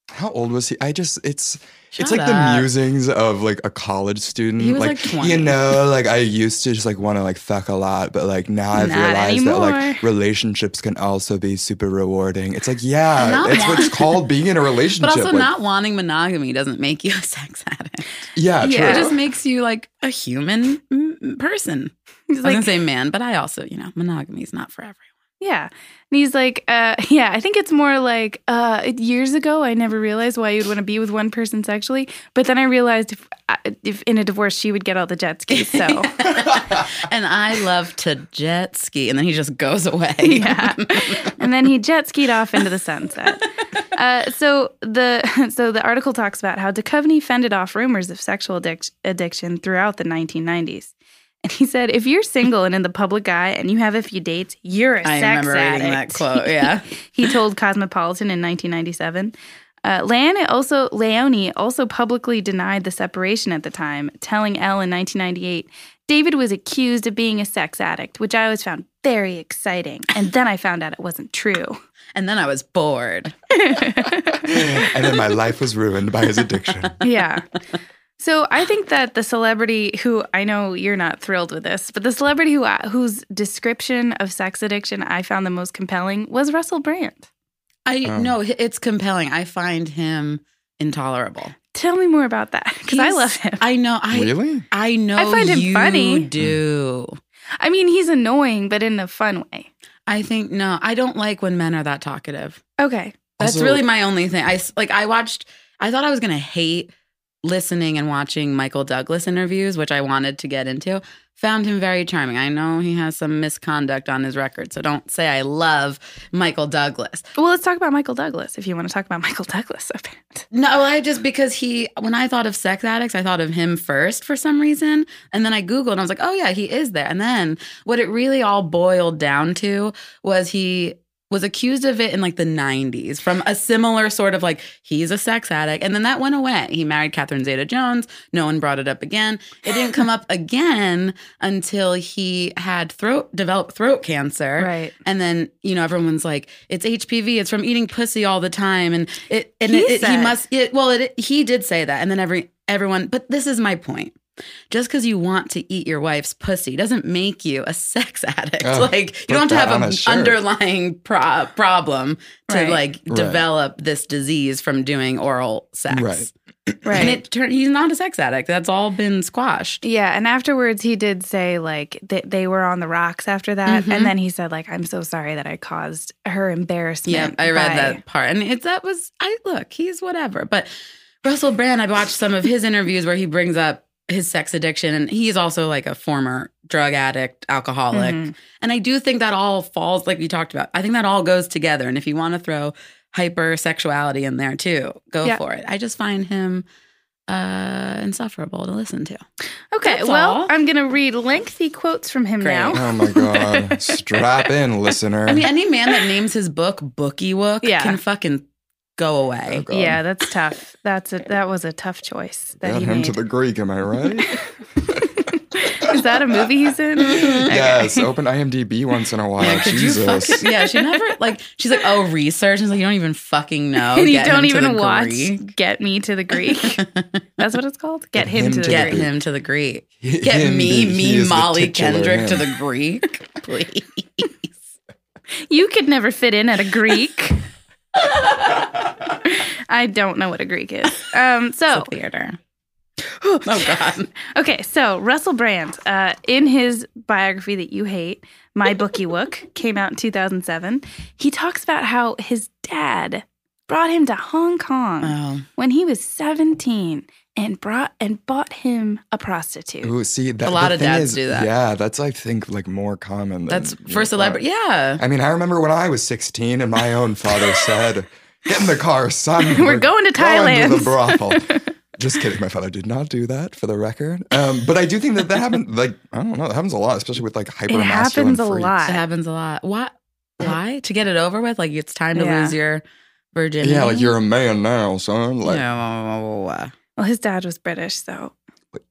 Speaker 4: How old was he? I just it's it's
Speaker 3: Shut
Speaker 4: like
Speaker 3: up.
Speaker 4: the musings of like a college student.
Speaker 3: He was, like, 20.
Speaker 4: you know, like I used to just like want to like fuck a lot, but like now I've
Speaker 1: Not
Speaker 4: realized that
Speaker 1: anymore.
Speaker 4: like relationships can also be super rewarding. It's like yeah,
Speaker 3: Not
Speaker 4: it's
Speaker 3: one.
Speaker 4: what's called being in a relationship.
Speaker 3: But also,
Speaker 4: like,
Speaker 3: not wanting monogamy doesn't make you a sex addict.
Speaker 4: yeah, true.
Speaker 1: Yeah.
Speaker 3: It just makes you like a human mm, person.
Speaker 1: He's
Speaker 3: I was
Speaker 1: like,
Speaker 3: gonna say man, but I also, you know, monogamy is not for everyone.
Speaker 1: Yeah. And he's like, uh, yeah, I think it's more like uh, years ago, I never realized why you'd want to be with one person sexually. But then I realized if, uh, if in a divorce, she would get all the jet skis. So,
Speaker 3: and I love to jet ski, and then he just goes away.
Speaker 1: yeah. And then he jet skied off into the sunset. Uh, so the so the article talks about how Duchovny fended off rumors of sexual addic- addiction throughout the 1990s. And he said, if you're single and in the public eye and you have a few dates, you're a
Speaker 3: I
Speaker 1: sex
Speaker 3: remember
Speaker 1: addict.
Speaker 3: reading that quote. Yeah,
Speaker 1: he told Cosmopolitan in 1997. Uh, Leone also Leone also publicly denied the separation at the time, telling Elle in 1998, "David was accused of being a sex addict, which I always found very exciting, and then I found out it wasn't true."
Speaker 3: and then I was bored.
Speaker 4: and then my life was ruined by his addiction.
Speaker 1: yeah. So I think that the celebrity who I know you're not thrilled with this, but the celebrity who I, whose description of sex addiction I found the most compelling was Russell Brand.
Speaker 3: I
Speaker 4: Um.
Speaker 3: no, h- it's compelling. I find him intolerable
Speaker 1: Tell me more about that because I
Speaker 3: He's-
Speaker 1: love him.
Speaker 3: I know. I
Speaker 4: really?
Speaker 3: I know.
Speaker 1: I find him
Speaker 3: you
Speaker 1: funny.
Speaker 3: Do
Speaker 1: I mean, he's annoying, but in a fun way.
Speaker 3: I think no? I don't like when men are that talkative.
Speaker 1: Okay.
Speaker 3: That's
Speaker 4: Also-
Speaker 3: really my only thing. I s- like I watched. I thought I was gonna hate listening and watching Michael Douglas interviews, which I wanted to get into. Found him very charming. I know he has some misconduct on his record, so don't say I love Michael Douglas.
Speaker 1: Well, let's talk about Michael Douglas if you want to talk about Michael Douglas. Apparently.
Speaker 3: No, I just because he when I thought of sex addicts, I thought of him first for some reason, and then I googled and I was like, "Oh yeah, he is there." And then what it really all boiled down to was he was accused of it in like the 90s from a similar sort of like he's a sex addict and then that went away he married catherine zeta jones no one brought it up again it didn't come up again until he had throat developed throat cancer
Speaker 1: Right.
Speaker 3: and then you know everyone's like, "It's HPV. It's from eating pussy all the time." And it and
Speaker 1: He
Speaker 3: he, it, he
Speaker 1: said-
Speaker 3: must. It, well, it, he did say that, and then every everyone. But this is my point. Just because you want to eat your wife's pussy doesn't make you a sex addict.
Speaker 4: Oh,
Speaker 3: like you don't
Speaker 4: put that
Speaker 3: have
Speaker 4: on
Speaker 3: an
Speaker 4: a shirt.
Speaker 3: underlying pro- problem to
Speaker 1: Right.
Speaker 3: like
Speaker 4: Right.
Speaker 3: develop this disease from doing oral sex.
Speaker 4: Right.
Speaker 1: Right.
Speaker 3: And it turned. He's not a sex addict. That's all been squashed.
Speaker 1: yeah, and afterwards he did say like that they were on the rocks after that,
Speaker 3: Mhm.
Speaker 1: and then he said like I'm so sorry that I caused her embarrassment.
Speaker 3: Yeah, I read
Speaker 1: by-
Speaker 3: that part, and it's that was I look. He's whatever, but Russell Brand. I watched some of his interviews where he brings up his sex addiction, and he's also like a former drug addict, alcoholic,
Speaker 1: Mhm.
Speaker 3: and I do think that all falls like we talked about. I think that all goes together, and if you want to throw hypersexuality in there too, go
Speaker 1: Yeah.
Speaker 3: for it. I just find him uh insufferable to listen to.
Speaker 1: Okay,
Speaker 3: That's
Speaker 1: well
Speaker 3: all.
Speaker 1: I'm gonna read lengthy quotes from him
Speaker 3: Great.
Speaker 1: now.
Speaker 4: Oh my god! Strap in, listener.
Speaker 3: I mean, any man that names his book Bookie Wook
Speaker 1: Yeah.
Speaker 3: can fucking go away.
Speaker 4: Oh, God.
Speaker 1: Yeah, that's tough. That's a, that was a tough choice that
Speaker 4: Got
Speaker 1: he
Speaker 4: him
Speaker 1: made.
Speaker 4: to the Greek. Am I right?
Speaker 1: Is that a movie he's in? Okay.
Speaker 4: Yes, open IMDb once in a while.
Speaker 3: Yeah, could you
Speaker 4: Jesus.
Speaker 3: fuck- yeah, she never like she's like, oh, research. And it's like, you don't even fucking know.
Speaker 1: and you
Speaker 3: Oh, Get
Speaker 1: don't
Speaker 3: him to
Speaker 1: even
Speaker 3: the
Speaker 1: watch
Speaker 3: Greek.
Speaker 1: Get Me to the Greek. That's what it's called. Get, him, to the
Speaker 3: Get
Speaker 1: Greek.
Speaker 3: him to the Greek.
Speaker 4: Hi-
Speaker 3: Get
Speaker 4: him
Speaker 3: me,
Speaker 4: being- he
Speaker 3: me,
Speaker 4: is the
Speaker 3: Molly
Speaker 4: titular
Speaker 3: Kendrick to
Speaker 4: him.
Speaker 3: the Greek, please.
Speaker 1: You could never fit in at a Greek. I don't know what a Greek is. Um, so,
Speaker 3: The theater. Oh God.
Speaker 1: okay, so Russell Brand, uh, in his biography that you hate, My Bookie Wook, came out in 2007, he talks about how his dad brought him to Hong Kong
Speaker 3: Oh.
Speaker 1: when he was 17 and brought and bought him a prostitute.
Speaker 4: Ooh, see, that,
Speaker 3: A lot
Speaker 4: the
Speaker 3: of
Speaker 4: thing
Speaker 3: dads
Speaker 4: is-
Speaker 3: do that.
Speaker 4: Yeah, that's I think like more common. Than
Speaker 3: That's
Speaker 4: you
Speaker 3: for
Speaker 4: would
Speaker 3: celebrity.
Speaker 4: thought.
Speaker 3: Yeah.
Speaker 4: I mean, I remember when I was 16 and my own father said, "Get in the car, son.
Speaker 1: We're going to
Speaker 4: going to
Speaker 1: Thailand.
Speaker 4: the brothel." Just kidding. My father did not do that, for the record. Um, but I do think that that happened. Like I don't know, that happens a lot, especially with like hyper masculine
Speaker 1: happens a
Speaker 4: freaks.
Speaker 1: lot.
Speaker 3: It happens a lot. Why? Why? to get it over with? Like it's time to
Speaker 1: Yeah.
Speaker 3: lose your virginity.
Speaker 4: Yeah, like you're a man now, son. Like
Speaker 3: no.
Speaker 1: Well, his dad was British, so.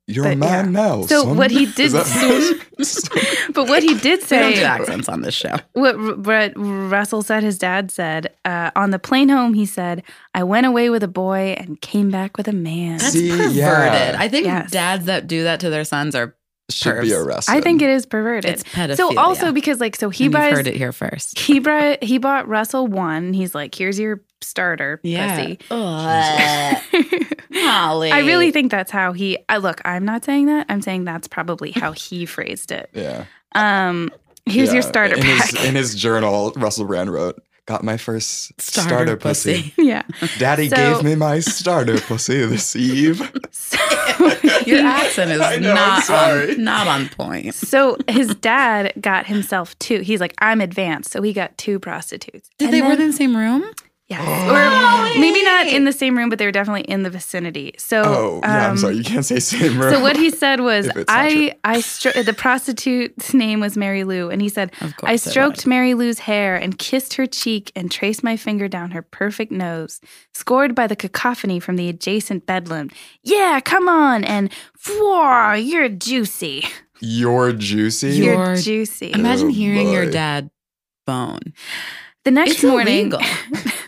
Speaker 4: you're a
Speaker 1: But,
Speaker 4: man
Speaker 1: yeah.
Speaker 4: now.
Speaker 1: So
Speaker 4: Oh, son.
Speaker 1: what he
Speaker 4: Is
Speaker 1: did
Speaker 4: that-
Speaker 1: But what he did
Speaker 3: We don't
Speaker 1: say,
Speaker 3: do accents on this show.
Speaker 1: what, R- what Russell said, his dad said, uh, on the plane home, he said, I went away with a boy and came back with a man.
Speaker 3: That's
Speaker 4: See,
Speaker 3: perverted.
Speaker 4: yeah.
Speaker 3: I think
Speaker 1: Yes.
Speaker 3: dads that do that to their sons are
Speaker 4: should be
Speaker 3: pervs.
Speaker 4: arrested.
Speaker 1: I think it is perverted.
Speaker 3: it's pedophilia.
Speaker 1: so also because like so he
Speaker 3: And you've
Speaker 1: buys
Speaker 3: heard it here first.
Speaker 1: he brought he bought Russell one. He's like, here's your starter, pussy.
Speaker 3: Ugh. Molly.
Speaker 1: I really think that's how he. I look. I'm not saying that. I'm saying that's probably how he phrased it.
Speaker 4: Yeah.
Speaker 1: Um, here's your
Speaker 4: Yeah.
Speaker 1: starter
Speaker 4: in
Speaker 1: pack.
Speaker 4: His, in his journal, Russell Brand wrote, "Got my first starter, pussy.
Speaker 1: yeah.
Speaker 4: Daddy
Speaker 1: So-
Speaker 4: gave me my starter pussy this eve."
Speaker 1: So,
Speaker 3: Your accent is
Speaker 4: I know, I'm
Speaker 3: not
Speaker 4: sorry.
Speaker 3: on, not on point.
Speaker 1: so his dad got himself two. He's like, I'm advanced, so he got two prostitutes.
Speaker 3: Did
Speaker 1: And
Speaker 3: they
Speaker 1: then-
Speaker 3: work in the same room?
Speaker 1: Yes. Or maybe not in the same room, but they were definitely in the vicinity. So
Speaker 4: Oh, yeah. I'm
Speaker 1: um,
Speaker 4: sorry. You can't say same room.
Speaker 1: So what he said was,
Speaker 4: If it's not
Speaker 1: I, I, stro- uh, the prostitute's name was Mary Lou, and he said,
Speaker 3: Of
Speaker 4: Oh,
Speaker 3: course.
Speaker 1: I
Speaker 3: it
Speaker 1: stroked Mary Lou's hair and kissed her cheek and traced my finger down her perfect nose, scored by the cacophony from the adjacent bedlam. Yeah, come on, and whoa, you're juicy.
Speaker 4: You're juicy.
Speaker 3: You're-
Speaker 1: You're juicy.
Speaker 3: was. Imagine
Speaker 4: Oh,
Speaker 3: hearing your
Speaker 4: boy.
Speaker 3: dad bone.
Speaker 1: The next
Speaker 3: It's
Speaker 1: morning,
Speaker 3: illegal.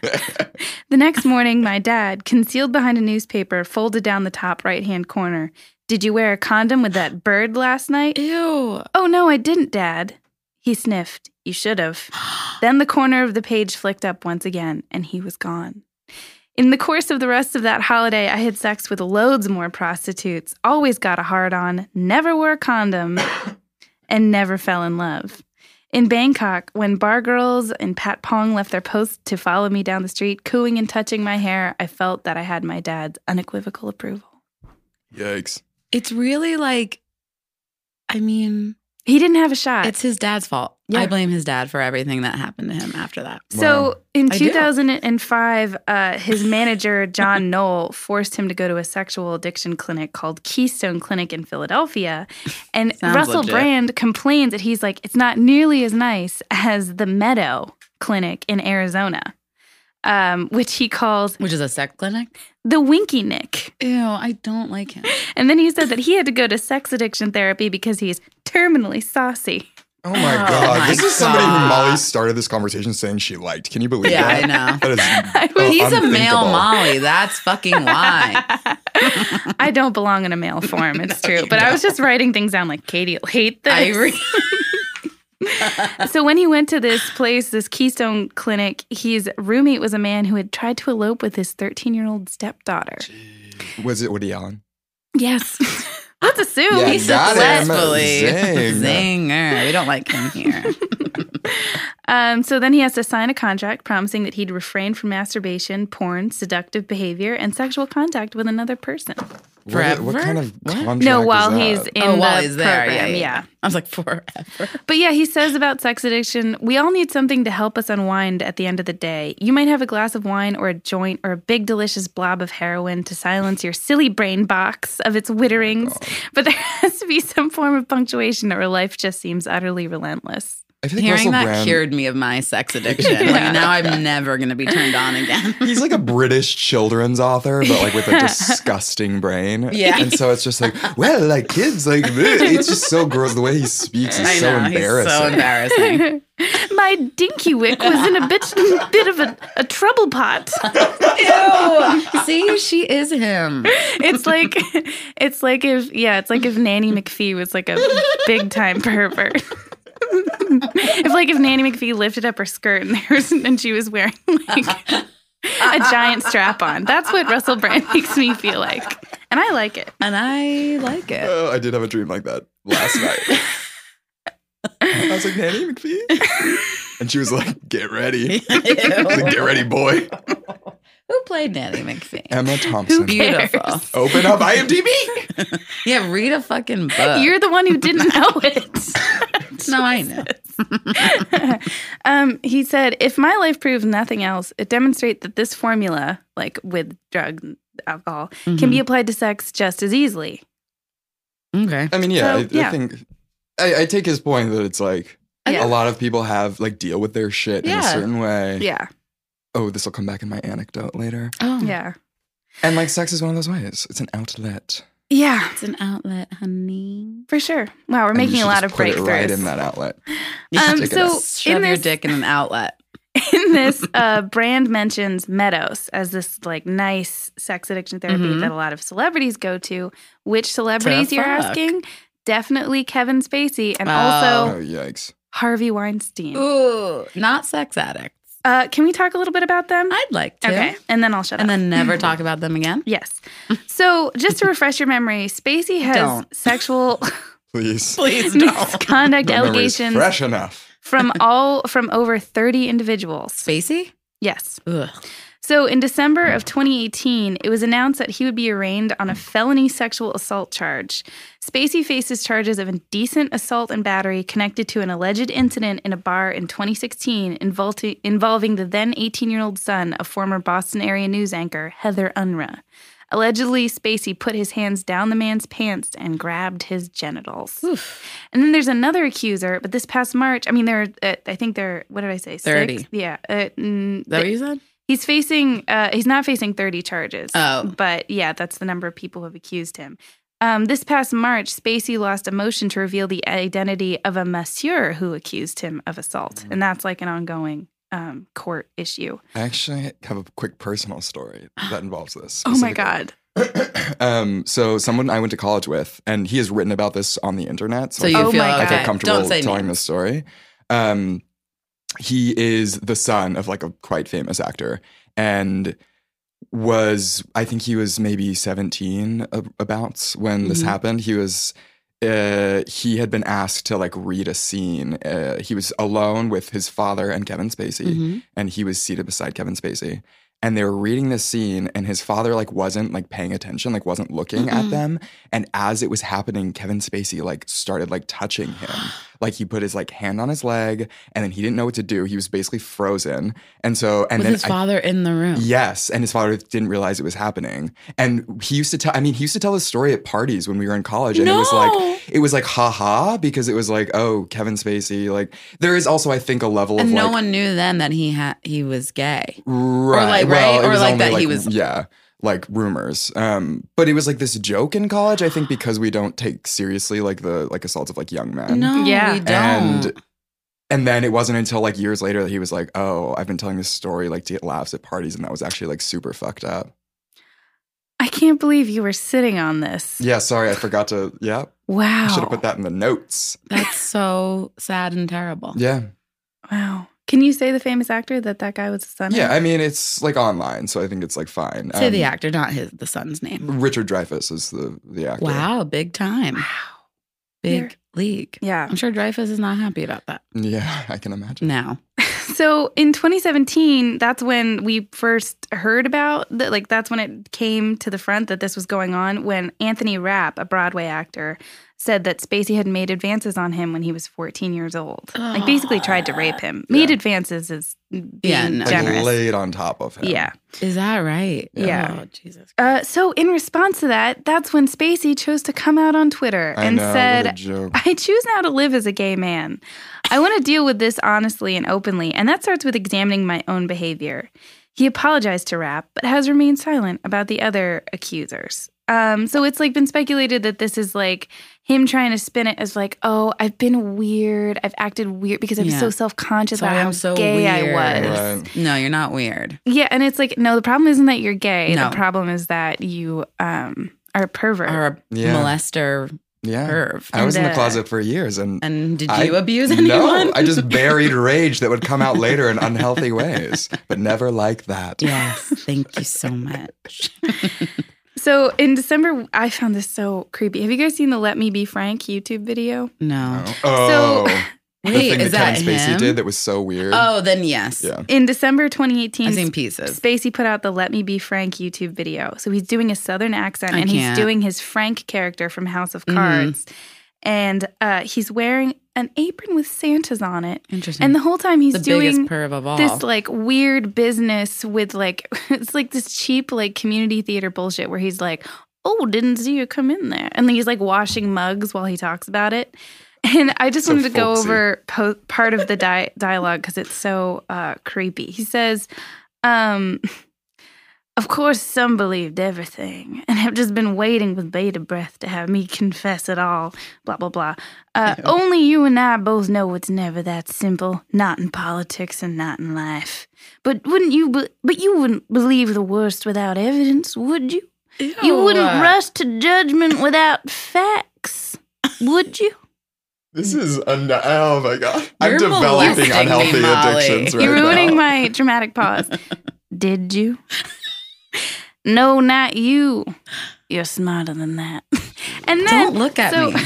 Speaker 1: the next morning, my dad, concealed behind a newspaper, folded down the top right hand corner. Did you wear a condom with that bird last night?
Speaker 3: Ew.
Speaker 1: Oh, no, I didn't, Dad. He sniffed. You should have. Then the corner of the page flicked up once again, and he was gone. In the course of the rest of that holiday, I had sex with loads more prostitutes, always got a hard on, never wore a condom, and never fell in love. In Bangkok, when bar girls and Pat Pong left their posts to follow me down the street, cooing and touching my hair, I felt that I had my dad's unequivocal approval.
Speaker 4: Yikes.
Speaker 3: It's really like, I mean,
Speaker 1: He didn't have a shot.
Speaker 3: it's his dad's fault.
Speaker 1: Yeah.
Speaker 3: I blame his dad for everything that happened to him after that.
Speaker 1: So
Speaker 4: Wow.
Speaker 1: in
Speaker 3: I do.
Speaker 1: 2005, uh, his manager, John Knoll, forced him to go to a sexual addiction clinic called Keystone Clinic in Philadelphia. And
Speaker 3: Sounds
Speaker 1: Russell
Speaker 3: legit.
Speaker 1: Brand complains that he's like, it's not nearly as nice as the Meadow Clinic in Arizona, um, which he calls
Speaker 3: Which is a sex clinic?
Speaker 1: the Winky Nick.
Speaker 3: Ew, I don't like him.
Speaker 1: And then he said that he had to go to sex addiction therapy because he's terminally saucy.
Speaker 4: Oh my
Speaker 3: Oh
Speaker 4: god.
Speaker 3: my
Speaker 4: this is somebody who
Speaker 3: God.
Speaker 4: Molly started this conversation saying she liked. Can you believe
Speaker 3: Yeah,
Speaker 4: that?
Speaker 3: I know.
Speaker 4: That is
Speaker 1: I
Speaker 4: Oh,
Speaker 1: was-
Speaker 3: He's a male
Speaker 4: unthinkable.
Speaker 3: Molly. That's fucking why.
Speaker 1: I don't belong in a male form. It's
Speaker 3: you
Speaker 1: true. But I was just writing things down like Katie will hate this.
Speaker 3: I re-
Speaker 1: so when he went to this place, this Keystone clinic, his roommate was a man who had tried to elope with his 13 year old stepdaughter.
Speaker 4: was it Woody Allen?
Speaker 1: Yes. Let's assume.
Speaker 4: Yeah,
Speaker 1: he
Speaker 3: He's
Speaker 4: got him.
Speaker 3: successfully.
Speaker 4: Zing.
Speaker 3: Zinger. We don't like him here.
Speaker 1: Um, so then he has to sign a contract promising that he'd refrain from masturbation, porn, seductive behavior, and sexual contact with another person.
Speaker 4: What, what
Speaker 3: Forever?
Speaker 4: kind of
Speaker 3: What?
Speaker 4: contract
Speaker 1: no,
Speaker 4: is
Speaker 1: while
Speaker 4: that?
Speaker 1: he's in
Speaker 3: oh,
Speaker 1: the
Speaker 3: while he's there.
Speaker 1: program,
Speaker 3: yeah, yeah. I was like, forever.
Speaker 1: But yeah, he says about sex addiction, we all need something to help us unwind at the end of the day. You might have a glass of wine or a joint or a big delicious blob of heroin to silence your silly brain box of its witterings, but there has to be some form of punctuation or life just seems utterly relentless.
Speaker 4: I feel like
Speaker 3: Hearing
Speaker 4: Russell
Speaker 3: that
Speaker 4: Brand,
Speaker 3: cured me of my sex addiction. Like, now I'm never going to be turned on again.
Speaker 4: He's like a British children's author, but like with a disgusting brain.
Speaker 3: Yeah.
Speaker 4: And so it's just like, well, like kids, like bleh. it's just so gross. The way he speaks is
Speaker 3: I
Speaker 4: so
Speaker 3: know. He's
Speaker 4: embarrassing.
Speaker 3: so embarrassing.
Speaker 1: My dinky wick was in a bit, bit of a, a trouble pot.
Speaker 3: See, she is him.
Speaker 1: It's like it's like if yeah, it's like if Nanny McPhee was like a big time pervert. if like if Nanny McPhee lifted up her skirt and there was and she was wearing like a giant strap on. That's what Russell Brand makes me feel like. And I like it.
Speaker 3: And I like it.
Speaker 4: Oh, I did have a dream like that last night. I was like, Nanny McPhee? And she was like, get ready. I was like, get ready, boy.
Speaker 3: Who played Nanny McPhee?
Speaker 4: Emma Thompson.
Speaker 1: Who
Speaker 3: Beautiful.
Speaker 4: Open up IMDb.
Speaker 3: Yeah, read a fucking book.
Speaker 1: You're the one who didn't know it.
Speaker 3: no, I know.
Speaker 1: um, he said, if my life proves nothing else, it demonstrates that this formula, like with drugs, alcohol can
Speaker 3: Mm-hmm.
Speaker 1: be applied to sex just as easily.
Speaker 3: Mhm. okay.
Speaker 4: I mean, yeah,
Speaker 1: So,
Speaker 4: I, I
Speaker 1: yeah.
Speaker 4: think I, I take his point that it's like
Speaker 1: Yeah.
Speaker 4: a lot of people have like deal with their shit in a
Speaker 3: Yeah.
Speaker 4: certain way.
Speaker 1: Yeah.
Speaker 4: Oh, this will come back in my anecdote later.
Speaker 3: Oh,
Speaker 1: Yeah.
Speaker 4: And like, sex is one of those ways. It's an outlet.
Speaker 1: Yeah,
Speaker 3: It's an outlet, honey.
Speaker 1: for sure. Wow, we're
Speaker 4: And you
Speaker 1: making
Speaker 4: should
Speaker 1: a lot of
Speaker 4: just put it
Speaker 1: breakthroughs.
Speaker 4: right in that outlet.
Speaker 1: Um,
Speaker 4: Take it
Speaker 1: so
Speaker 4: out.
Speaker 3: Shove
Speaker 1: in
Speaker 3: your
Speaker 1: this,
Speaker 3: dick in an outlet.
Speaker 1: in this, uh, Brand mentions Meadows as this like nice sex addiction therapy
Speaker 4: Mm-hmm.
Speaker 3: Mhm.
Speaker 1: that a lot of celebrities go to. Which celebrities you're
Speaker 3: fuck.
Speaker 1: asking? Definitely Kevin Spacey and
Speaker 3: Oh.
Speaker 4: Oh
Speaker 1: also
Speaker 4: yikes!
Speaker 1: Harvey Weinstein.
Speaker 3: Ooh, not sex addicts.
Speaker 1: Uh, can we talk a little bit about them?
Speaker 3: I'd like to.
Speaker 1: Okay, and then I'll shut
Speaker 3: And
Speaker 1: up.
Speaker 3: then never talk about them again.
Speaker 1: yes. So just to refresh your memory, Spacey has
Speaker 3: Don't.
Speaker 1: sexual
Speaker 4: Please,
Speaker 3: Please
Speaker 1: misconduct
Speaker 4: The memory's
Speaker 1: allegations
Speaker 4: fresh enough.
Speaker 1: from all from over 30 individuals.
Speaker 3: Spacey?
Speaker 1: Yes.
Speaker 3: Ugh.
Speaker 1: So in December of 2018, it was announced that he would be arraigned on a felony sexual assault charge. Spacey faces charges of indecent assault and battery connected to an alleged incident in a bar in 2016 involving, involving the then 18 year old son of former Boston area news anchor Heather Unruh. Allegedly, Spacey put his hands down the man's pants and grabbed his genitals. And then there's another accuser, but this past March, I mean, there, are, uh, I think there, what did I say?
Speaker 3: 30.
Speaker 1: Six? Yeah. Uh, mm,
Speaker 3: Is that what you said?
Speaker 1: He's facing, uh, he's not facing 30 charges.
Speaker 3: Oh.
Speaker 1: But yeah, that's the number of people who have accused him. Um, this past March, Spacey lost a motion to reveal the identity of a masseur who accused him of assault. And that's like an ongoing um, court issue.
Speaker 4: I actually have a quick personal story that involves this.
Speaker 1: Oh my
Speaker 4: specifically.
Speaker 1: God.
Speaker 4: um, so someone I went to college with, and he has written about this on the internet.
Speaker 3: So
Speaker 4: I
Speaker 3: you
Speaker 1: Oh
Speaker 3: feel
Speaker 1: my
Speaker 4: I
Speaker 1: God.
Speaker 3: okay.
Speaker 4: feel comfortable
Speaker 3: Don't say
Speaker 4: telling
Speaker 3: names.
Speaker 4: this story. Um, he is the son of like a quite famous actor and was, I think he was maybe 17 ab- about when this
Speaker 3: Mhm.
Speaker 4: happened. He was, uh, he had been asked to like read a scene. Uh, he was alone with his father and Kevin Spacey
Speaker 3: Mhm.
Speaker 4: Mm-hmm. and he was seated beside Kevin Spacey. And they were reading this scene, and his father like wasn't like paying attention, like wasn't looking
Speaker 3: Mm-mm.
Speaker 4: at them. And as it was happening, Kevin Spacey like started like touching him, like he put his like hand on his leg, and then he didn't know what to do. He was basically frozen, and so and
Speaker 3: With
Speaker 4: then
Speaker 3: his
Speaker 4: I-
Speaker 3: father in the room.
Speaker 4: Yes, and his father didn't realize it was happening. And he used to tell I mean, he used to tell his story at parties when we were in college and it was
Speaker 3: No.
Speaker 4: like it was like haha because it was like, oh, Kevin Spacey like there is also I think a level
Speaker 3: And
Speaker 4: of
Speaker 3: no
Speaker 4: like
Speaker 3: one knew then that he had he was gay.
Speaker 4: Right.
Speaker 3: like,
Speaker 4: well,
Speaker 3: right?
Speaker 4: it
Speaker 3: Or,
Speaker 4: was
Speaker 3: like,
Speaker 4: only,
Speaker 3: that he was-
Speaker 4: Yeah. Like rumors. Um, but it was like this joke in college, I think, because we don't take seriously like the like assaults of like young men.
Speaker 3: No,
Speaker 1: Yeah.
Speaker 3: we don't.
Speaker 4: Um, And and then it wasn't until like years later that he was like, Oh, I've been telling this story like to get laughs at parties, and that was actually like super fucked up.
Speaker 1: I can't believe you were sitting on this.
Speaker 4: Yeah, sorry, I forgot to yeah.
Speaker 1: Wow.
Speaker 4: I should have put that in the notes.
Speaker 3: That's so sad and terrible.
Speaker 4: Yeah.
Speaker 1: Wow. Can you say the famous actor that that guy was a son of?
Speaker 4: Yeah, I mean it's like online, so I think it's like fine.
Speaker 3: Say the
Speaker 4: Um, Mm-hmm.
Speaker 3: actor, not his the son's name.
Speaker 4: Richard Dreyfuss is the the actor.
Speaker 3: Wow, big time.
Speaker 1: Wow.
Speaker 3: Big
Speaker 1: You're-
Speaker 3: league.
Speaker 1: Yeah.
Speaker 3: I'm sure Dreyfus is not happy about that
Speaker 4: Yeah, I can imagine.
Speaker 3: now.
Speaker 1: So in 2017, that's when we first heard about that. Like that's when it came to the front that this was going on. When Anthony Rapp, a Broadway actor, said that Spacey had made advances on him when he was 14 years old. Like basically tried to rape him. Made
Speaker 4: Yeah.
Speaker 1: advances is being
Speaker 3: Yeah, no.
Speaker 4: Like
Speaker 1: generous.
Speaker 4: laid on top of him.
Speaker 1: yeah.
Speaker 3: Is that right?
Speaker 1: Yeah.
Speaker 3: Oh, Jesus.
Speaker 1: Uh, so in response to that, that's when Spacey chose to come out on Twitter
Speaker 4: I
Speaker 1: and
Speaker 4: know,
Speaker 1: said,
Speaker 4: what a joke.
Speaker 1: I choose now to live as a gay man. I want to deal with this honestly and openly, and that starts with examining my own behavior. He apologized to Rapp, but has remained silent about the other accusers. Um, so it's like been speculated that this is like him trying to spin it as like, oh, I've been weird. I've acted weird because I was
Speaker 3: Yeah.
Speaker 1: so self conscious
Speaker 3: Sorry,
Speaker 1: about how
Speaker 3: I'm so
Speaker 1: gay
Speaker 3: weird.
Speaker 1: I was.
Speaker 4: Right.
Speaker 3: No, you're not weird.
Speaker 1: Yeah, and it's like, no, the problem isn't that you're gay.
Speaker 3: No.
Speaker 1: The problem is that you um, are a pervert.
Speaker 3: Or a
Speaker 4: Yeah.
Speaker 3: molester
Speaker 4: Yeah.
Speaker 3: perv.
Speaker 4: I was in the
Speaker 1: And, uh,
Speaker 4: closet for years and,
Speaker 3: And did
Speaker 4: I-
Speaker 3: you abuse anyone?
Speaker 4: no, I just buried rage that would come out later in unhealthy ways, but never like that.
Speaker 3: Yes. Thank you so much.
Speaker 1: So in December, I found this so creepy. Have you guys seen the "Let Me Be Frank" YouTube video?
Speaker 3: No.
Speaker 4: Oh. Oh, the
Speaker 3: Wait,
Speaker 4: thing
Speaker 3: is
Speaker 4: that
Speaker 3: that
Speaker 4: Kevin Spacey
Speaker 3: him?
Speaker 4: did that was so weird.
Speaker 3: Oh, then yes.
Speaker 4: Yeah.
Speaker 1: In December 2018,
Speaker 3: I've seen
Speaker 1: Sp-
Speaker 3: pieces.
Speaker 1: Spacey put out the "Let Me Be Frank" YouTube video. So he's doing a Southern accent,
Speaker 3: I
Speaker 1: and
Speaker 3: can't.
Speaker 1: he's doing his Frank character from House of
Speaker 3: Mhm.
Speaker 1: Cards. and uh, he's wearing an apron with Santa's on it.
Speaker 3: Interesting.
Speaker 1: And the whole time he's
Speaker 3: the biggest
Speaker 1: doing
Speaker 3: perv of all.
Speaker 1: this like weird business with like it's like this cheap like community theater bullshit where he's like, "Oh, didn't see you come in there," and then he's like washing mugs while he talks about it. And I just
Speaker 4: So
Speaker 1: wanted to go
Speaker 4: folksy.
Speaker 1: over po- part of the di- dialogue because it's so uh, creepy. He says, um, "Of course, some believed everything, and have just been waiting with bated breath to have me confess it all." Blah blah blah. Uh, only you and I both know it's never that simple. Not in politics and not in life. But wouldn't you? Be- but you wouldn't believe the worst without evidence, would you? You wouldn't
Speaker 3: uh,
Speaker 1: rush to judgment without facts, would you?
Speaker 4: This is un- oh my god!
Speaker 3: You're
Speaker 4: I'm developing
Speaker 3: molesting me,
Speaker 4: unhealthy
Speaker 3: Molly.
Speaker 4: addictions right
Speaker 1: You're ruining
Speaker 4: now.
Speaker 1: my dramatic pause. Did you? no, not you. You're smarter than that. And then
Speaker 3: Don't look at
Speaker 1: so-
Speaker 3: me.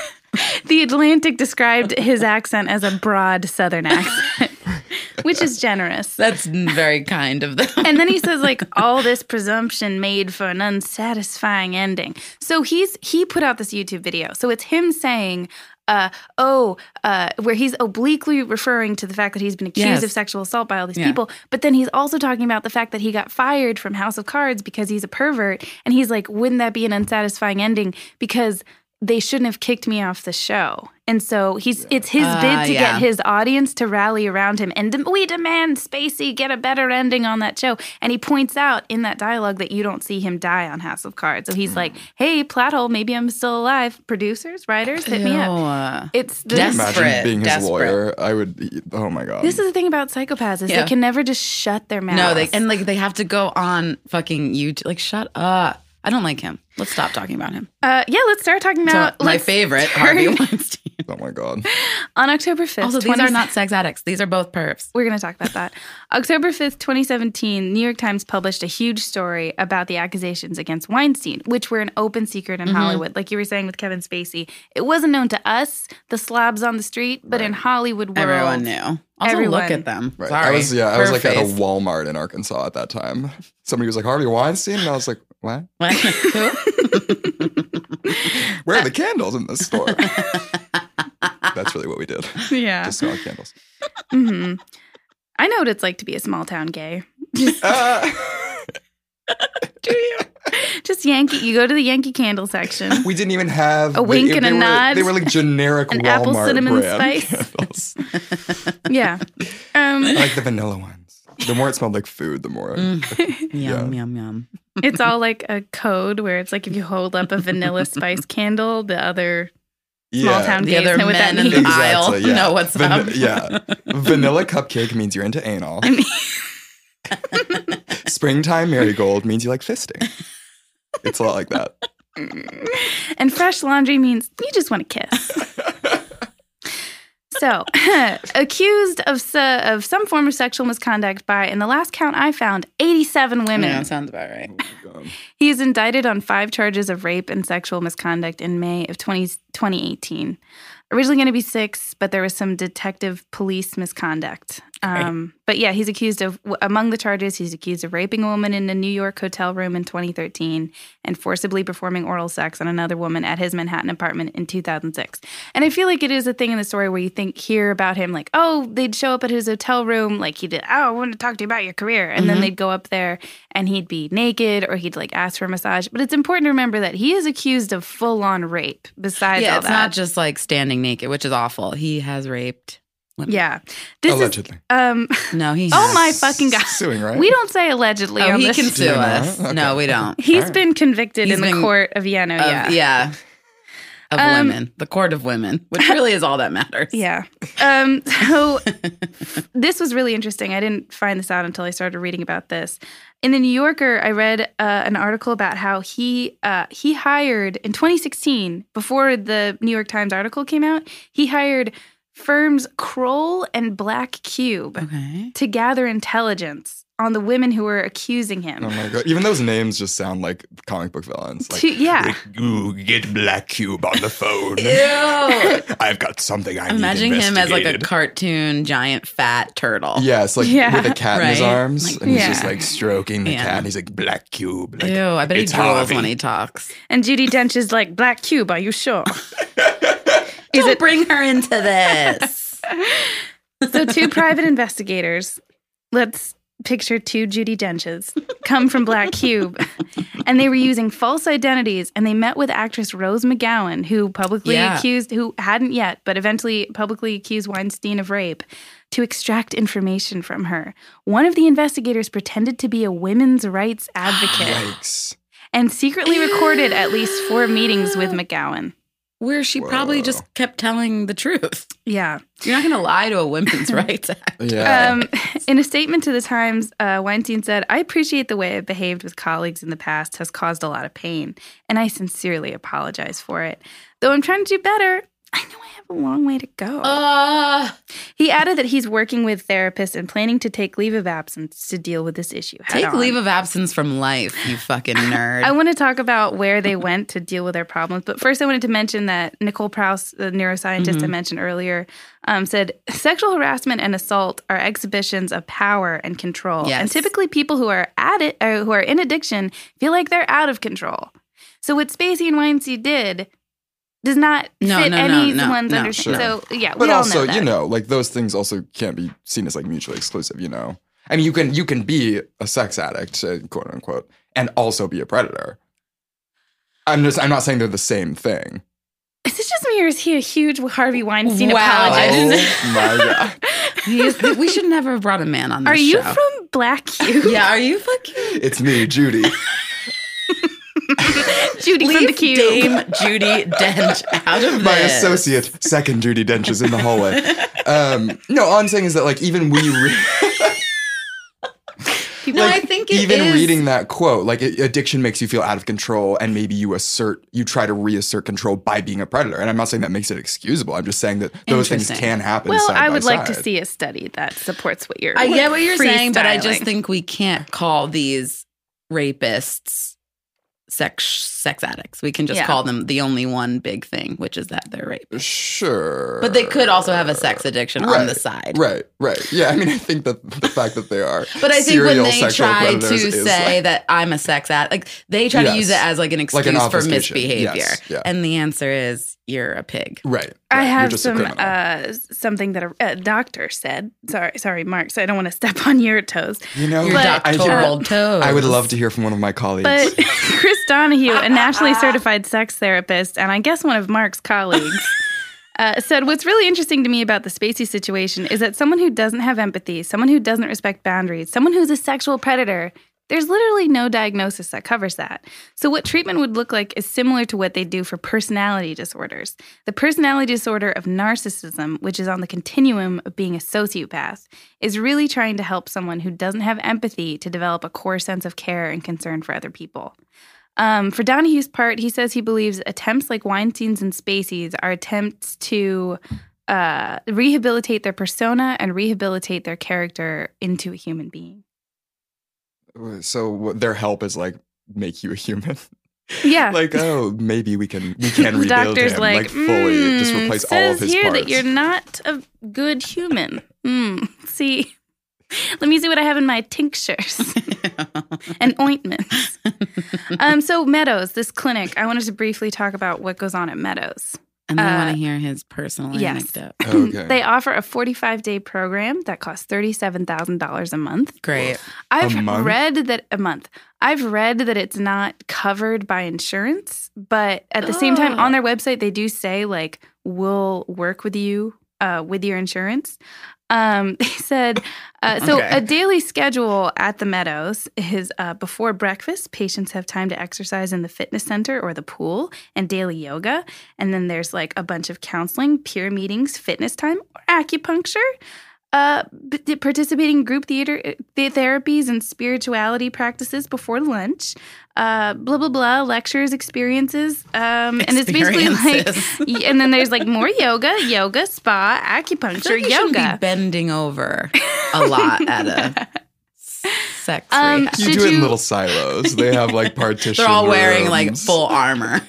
Speaker 1: the Atlantic described his accent as a broad Southern accent, which is generous.
Speaker 3: That's n- very kind of them.
Speaker 1: and then he says like all this presumption made for an unsatisfying ending so he's he put out this youtube video so it's him saying uh, oh uh, where he's obliquely referring to the fact that he's been accused
Speaker 3: Yes.
Speaker 1: of sexual assault by all these
Speaker 3: Yeah.
Speaker 1: people but then he's also talking about the fact that he got fired from house of cards because he's a pervert and he's like wouldn't that be an unsatisfying ending because they shouldn't have kicked me off the show and so he's it's his
Speaker 3: Ah,
Speaker 1: bid to
Speaker 3: yeah.
Speaker 1: get his audience to rally around him and dem- we demand Spacey get a better ending on that show. And he points out in that dialogue that you don't see him die on House of Cards. So
Speaker 3: Mm.
Speaker 1: he's like, "Hey, plot hole, maybe I'm still alive." Producers, writers, hit me up.
Speaker 3: Ew.
Speaker 1: It's the,
Speaker 3: Yes.
Speaker 4: Imagine
Speaker 3: Desperate,
Speaker 4: being his
Speaker 3: desperate.
Speaker 4: lawyer. I would. Oh my god!
Speaker 1: this is the thing about psychopaths is
Speaker 3: Yeah.
Speaker 1: they can never just shut their mouths.
Speaker 3: No, they and like they have to go on fucking YouTube. Like, shut up. I don't like him. Let's stop talking about him.
Speaker 1: uh, yeah. Let's start talking
Speaker 3: So,
Speaker 1: about
Speaker 3: my
Speaker 1: let's
Speaker 3: favorite,
Speaker 1: turn-
Speaker 3: Harvey Weinstein.
Speaker 4: oh my god!
Speaker 1: on October fifth.
Speaker 3: Also, these are not sex addicts. These are both perps.
Speaker 1: We're going to talk about that. October 5th, 2017, New York Times published a huge story about the accusations against Weinstein, which were an open secret in Hollywood. Like you were saying with Kevin Spacey, it wasn't known to us, the slobs on the street, but in Hollywood world,
Speaker 3: Everyone knew. Also,
Speaker 1: Everyone.
Speaker 3: look at them.
Speaker 4: Right.
Speaker 3: Sorry.
Speaker 4: I was yeah. I was like at a
Speaker 3: Perf-faced.
Speaker 4: Walmart in Arkansas at that time. Somebody was like Harvey Weinstein, and I was like, what? Where are the candles in this store? That's really what we did.
Speaker 1: Yeah.
Speaker 4: Just smell candles.
Speaker 1: hmm I know what it's like to be a small town gay. Just,
Speaker 4: Uh,
Speaker 1: just Yankee, you go to the Yankee candle section.
Speaker 4: we didn't even have
Speaker 1: A wink and a
Speaker 4: were-
Speaker 1: nod.
Speaker 4: They were like generic
Speaker 1: An
Speaker 4: Walmart
Speaker 1: apple cinnamon
Speaker 4: brand
Speaker 1: spice.
Speaker 4: candles.
Speaker 1: Yeah. Um,
Speaker 4: I like the vanilla ones. The more it smelled like food, the more.
Speaker 3: Mm. Yum,
Speaker 4: Yeah.
Speaker 3: yum, yum.
Speaker 1: it's all like a code where it's like if you hold up a vanilla spice candle, the other small town
Speaker 3: The
Speaker 1: gays
Speaker 3: other
Speaker 1: know what that
Speaker 3: men in the
Speaker 1: means.
Speaker 3: aisle
Speaker 4: Exactly, yeah.
Speaker 3: know what's
Speaker 4: Van-
Speaker 3: up.
Speaker 4: yeah. Vanilla cupcake means you're into anal. Springtime marigold means you like fisting. It's a lot like that.
Speaker 1: And fresh laundry means you just want to kiss. So, accused of se- of some form of sexual misconduct by, in the last count I found, 87 women.
Speaker 3: Yeah, sounds about right.
Speaker 1: He is indicted on five charges of rape and sexual misconduct in May of 20, 2018. Originally going to be six, but there was some detective police misconduct. Um, But yeah, he's accused of, w- among the charges, he's accused of raping a woman in a New York hotel room in 2013 and forcibly performing oral sex on another woman at his Manhattan apartment in 2006. And I feel like it is a thing in the story where you think, hear about him, like, oh, they'd show up at his hotel room, like he did, oh, I want to talk to you about your career. And then they'd go up there and he'd be naked or he'd like ask for a massage. But it's important to remember that he is accused of full on rape besides
Speaker 3: yeah,
Speaker 1: all
Speaker 3: it's
Speaker 1: that.
Speaker 3: not just like standing naked, which is awful. He has raped. women.
Speaker 1: yeah. This is,
Speaker 4: Allegedly.
Speaker 1: um,
Speaker 3: No, he.
Speaker 1: Oh
Speaker 3: has.
Speaker 1: my fucking God.
Speaker 4: Suing, right?
Speaker 1: we don't say allegedly
Speaker 3: Oh,
Speaker 1: on
Speaker 3: he
Speaker 1: this.
Speaker 3: can
Speaker 1: He's
Speaker 3: sue
Speaker 4: Do you know?
Speaker 3: us. No,
Speaker 4: Okay.
Speaker 3: we don't.
Speaker 4: Alright.
Speaker 1: been convicted
Speaker 3: He's
Speaker 1: in the
Speaker 3: been-
Speaker 1: court of Yano.
Speaker 3: Of-
Speaker 1: yeah.
Speaker 3: yeah. Of
Speaker 1: Um,
Speaker 3: women, the court of women, which really is all that matters.
Speaker 1: Yeah. Um, so this was really interesting. I didn't find this out until I started reading about this. In the New Yorker, I read uh, an article about how he uh, he hired in 2016, before the New York Times article came out, he hired firms Kroll and Black Cube
Speaker 3: Okay.
Speaker 1: to gather intelligence on the women who were accusing him.
Speaker 4: Oh my god. Even those names just sound like comic book villains. Like,
Speaker 1: To- yeah.
Speaker 4: "You get Black Cube on the phone.
Speaker 3: Ew.
Speaker 4: I've got something I
Speaker 3: Imagine him as like a
Speaker 4: investigated."
Speaker 3: cartoon, giant, fat turtle.
Speaker 4: Yes, like
Speaker 1: Yeah.
Speaker 4: with a cat in his
Speaker 3: Right.
Speaker 4: arms,
Speaker 3: Like-
Speaker 4: and he's just
Speaker 1: Yeah.
Speaker 4: like stroking the
Speaker 3: Yeah.
Speaker 4: cat, and he's like black cube. Like,
Speaker 3: Ew, I bet he
Speaker 4: It's
Speaker 3: drools
Speaker 4: Harvey.
Speaker 3: when he talks.
Speaker 1: And Judy Dench is like, Black Cube, are you sure? Is
Speaker 3: Don't
Speaker 1: it
Speaker 3: bring her into this.
Speaker 1: so two private investigators? Let's picture two Judy Dench's come from Black Cube, and they were using false identities, and they met with actress Rose McGowan, who publicly
Speaker 3: Yeah.
Speaker 1: accused, who hadn't yet, but eventually publicly accused Weinstein of rape. To extract information from her, one of the investigators pretended to be a women's rights advocate
Speaker 4: Yikes.
Speaker 1: and secretly recorded at least four meetings with McGowan.
Speaker 3: Where she probably just
Speaker 4: Whoa.
Speaker 3: kept telling the truth.
Speaker 1: Yeah.
Speaker 3: You're not going to lie to a women's rights act.
Speaker 4: Yeah.
Speaker 1: Um, in a statement to the Times, uh, Weinstein said, I appreciate the way I've behaved with colleagues in the past has caused a lot of pain, and I sincerely apologize for it. Though I'm trying to do better, I know I have a long way to go.
Speaker 3: Uh,
Speaker 1: he added that he's working with therapists and planning to take leave of absence to deal with this issue. head
Speaker 3: take
Speaker 1: on.
Speaker 3: leave of absence from life, you fucking nerd.
Speaker 1: I want to talk about where they went to deal with their problems, but first I wanted to mention that Nicole Prouse, the neuroscientist I
Speaker 3: Mhm.
Speaker 1: mentioned earlier, um, said sexual harassment and assault are exhibitions of power and control, and
Speaker 3: Yes.
Speaker 1: typically people who are at it or who are in addiction feel like they're out of control. So what Spacey and Weinstein did does not
Speaker 3: No,
Speaker 1: fit
Speaker 3: no, no,
Speaker 1: anyone's
Speaker 3: no, no.
Speaker 1: understanding.
Speaker 4: Sure.
Speaker 1: So yeah,
Speaker 4: but
Speaker 1: we
Speaker 4: also,
Speaker 1: all know that.
Speaker 4: you know, like those things also can't be seen as like mutually exclusive, you know. I mean, you can you can be a sex addict, uh, quote unquote, and also be a predator. I'm just I'm not saying they're the same thing.
Speaker 1: is this just me or is he a huge Harvey Weinstein
Speaker 3: Wow, I
Speaker 1: apologist?
Speaker 3: didn't-
Speaker 4: Oh my god.
Speaker 3: He's- we should never have brought a man on this
Speaker 1: Are you
Speaker 3: show.
Speaker 1: from Black Cube?
Speaker 3: yeah, are you fucking
Speaker 4: It's me, Judy.
Speaker 1: Judy from the
Speaker 3: Leave
Speaker 1: Cube.
Speaker 3: Dame Judy Dench out of
Speaker 4: My
Speaker 3: this.
Speaker 4: associate, second Judy Dench, is in the hallway. Um, no, all I'm saying is that like even we re-
Speaker 3: No, I think it
Speaker 4: even
Speaker 3: is-
Speaker 4: reading that quote, like it- addiction makes you feel out of control, and maybe you assert, you try to reassert control by being a predator. And I'm not saying that makes it excusable. I'm just saying that those things
Speaker 3: Interesting.
Speaker 4: can happen.
Speaker 1: Well,
Speaker 4: side
Speaker 1: I
Speaker 4: by
Speaker 1: would like to
Speaker 4: side.
Speaker 1: see a study that supports what you're.
Speaker 3: I get what you're saying, but I just
Speaker 1: freestyling.
Speaker 3: think we can't call these rapists sex sex addicts. We can just
Speaker 1: Yeah.
Speaker 3: call them the only one big thing, which is that they're rapists.
Speaker 4: Sure,
Speaker 3: But they could also have a sex addiction on the side.
Speaker 4: Right, right. Yeah, I mean, I think that the fact that they are,
Speaker 3: But I think when
Speaker 4: serial
Speaker 3: they
Speaker 4: sexual
Speaker 3: try to
Speaker 4: predators is,
Speaker 3: say
Speaker 4: like-
Speaker 3: that I'm a sex addict, like they try
Speaker 4: Yes.
Speaker 3: to use it as like an excuse
Speaker 4: Like an
Speaker 3: for
Speaker 4: obfuscation.
Speaker 3: misbehavior.
Speaker 4: Yes, yeah.
Speaker 3: And the answer is you're a pig.
Speaker 4: right, right,
Speaker 1: I
Speaker 4: you're
Speaker 1: have
Speaker 4: just a
Speaker 1: some
Speaker 4: criminal.
Speaker 1: uh, something that a, a doctor said. Sorry, sorry, Mark. So I don't want to step on your toes.
Speaker 4: you know,
Speaker 3: Your
Speaker 1: But-
Speaker 4: I,
Speaker 3: doctoral toes.
Speaker 4: I would love to hear from one of my colleagues.
Speaker 1: But Chris Donahue, a nationally certified sex therapist, and I guess one of Mark's colleagues, uh, said, What's really interesting to me about the Spacey situation is that someone who doesn't have empathy, someone who doesn't respect boundaries, someone who's a sexual predator, there's literally no diagnosis that covers that. So, what treatment would look like is similar to what they do for personality disorders. The personality disorder of narcissism, which is on the continuum of being a sociopath, is really trying to help someone who doesn't have empathy to develop a core sense of care and concern for other people. Um, for Donahue's part, he says he believes attempts like Weinstein's and Spacey's are attempts to uh, rehabilitate their persona and rehabilitate their character into a human being.
Speaker 4: so what, their help is like make you a human.
Speaker 1: Yeah.
Speaker 4: like oh maybe we can we can
Speaker 1: the
Speaker 4: rebuild
Speaker 1: doctor's
Speaker 4: him
Speaker 1: like,
Speaker 4: like, fully just
Speaker 1: "Mm,
Speaker 4: replace
Speaker 1: says
Speaker 4: all of his
Speaker 1: here
Speaker 4: parts
Speaker 1: that you're not a good human. Mm, see, let me see what I have in my tinctures. and ointments. um, so Meadows, this clinic, I wanted to briefly talk about what goes on at Meadows.
Speaker 3: and I
Speaker 1: uh,
Speaker 3: want to hear his personal
Speaker 1: yes.
Speaker 3: anecdote.
Speaker 4: okay
Speaker 1: They offer a 45 day program that costs $37,000 a month.
Speaker 3: Great.
Speaker 1: I've
Speaker 4: month?
Speaker 1: read that a month. I've read that it's not covered by insurance, but at the same time,
Speaker 3: Oh.
Speaker 4: Ah.
Speaker 1: on their website, they do say, like, we'll work with you uh, with your insurance. Um, they said, uh, so
Speaker 4: Okay.
Speaker 1: a daily schedule at the Meadows is uh, before breakfast, patients have time to exercise in the fitness center or the pool and daily yoga. And then there's like a bunch of counseling, peer meetings, fitness time, or acupuncture. Uh, b- d- participating in group theater uh, the therapies and spirituality practices before lunch. Uh, blah blah blah lectures, experiences, um, and it's basically like.
Speaker 3: Experiences.
Speaker 1: y- And then there's like more yoga, yoga, spa,
Speaker 3: I feel
Speaker 1: acupuncture,
Speaker 3: like you shouldn't
Speaker 1: yoga.
Speaker 3: be bending over a lot at a sex
Speaker 1: Um,
Speaker 3: rehab.
Speaker 4: you
Speaker 1: Should
Speaker 4: do it in
Speaker 1: you-
Speaker 4: little silos they have like partitions
Speaker 3: They're all wearing like full armor.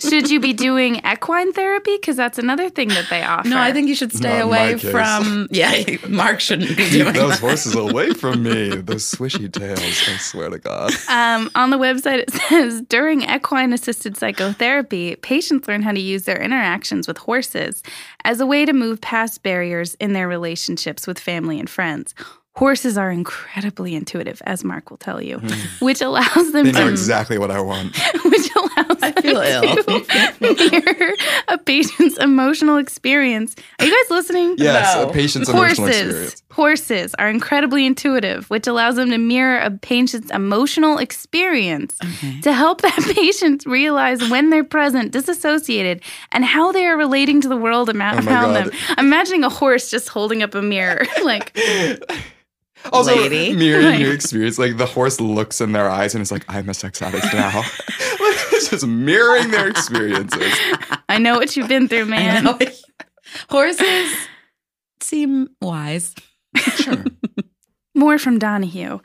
Speaker 1: Should you be doing equine therapy? Because that's another thing that they offer.
Speaker 3: No, I think you should stay
Speaker 4: Not in my
Speaker 3: away
Speaker 4: case.
Speaker 3: from. Yeah, Mark shouldn't be doing
Speaker 4: Keep those
Speaker 3: that.
Speaker 4: horses away from me. Those swishy tails. I swear to God.
Speaker 1: Um, on the website, it says during equine assisted psychotherapy, patients learn how to use their interactions with horses as a way to move past barriers in their relationships with family and friends. Horses are incredibly intuitive, as Mark will tell you, which allows them
Speaker 4: Hmm. They know
Speaker 1: to
Speaker 4: exactly what I want.
Speaker 1: which allows
Speaker 3: I feel
Speaker 1: them to mirror a patient's emotional experience. Are you guys listening?
Speaker 4: Yes,
Speaker 3: No.
Speaker 4: a patient's emotional
Speaker 1: Horses,
Speaker 4: experience.
Speaker 1: horses are incredibly intuitive, which allows them to mirror a patient's emotional experience
Speaker 3: Okay.
Speaker 1: to help that patient realize when they're present, disassociated, and how they are relating to the world ama-
Speaker 4: Oh my
Speaker 1: around
Speaker 4: God.
Speaker 1: them. Imagining a horse just holding up a mirror, like
Speaker 4: Also,
Speaker 3: Lady.
Speaker 4: mirroring
Speaker 1: Like-
Speaker 4: your experience, like the horse looks in their eyes and is like, "I'm a sex addict now." like, it's just mirroring their experiences.
Speaker 1: I know what you've been through,
Speaker 3: I
Speaker 1: man.
Speaker 3: know. Horses seem wise.
Speaker 4: Sure.
Speaker 1: More from Donahue.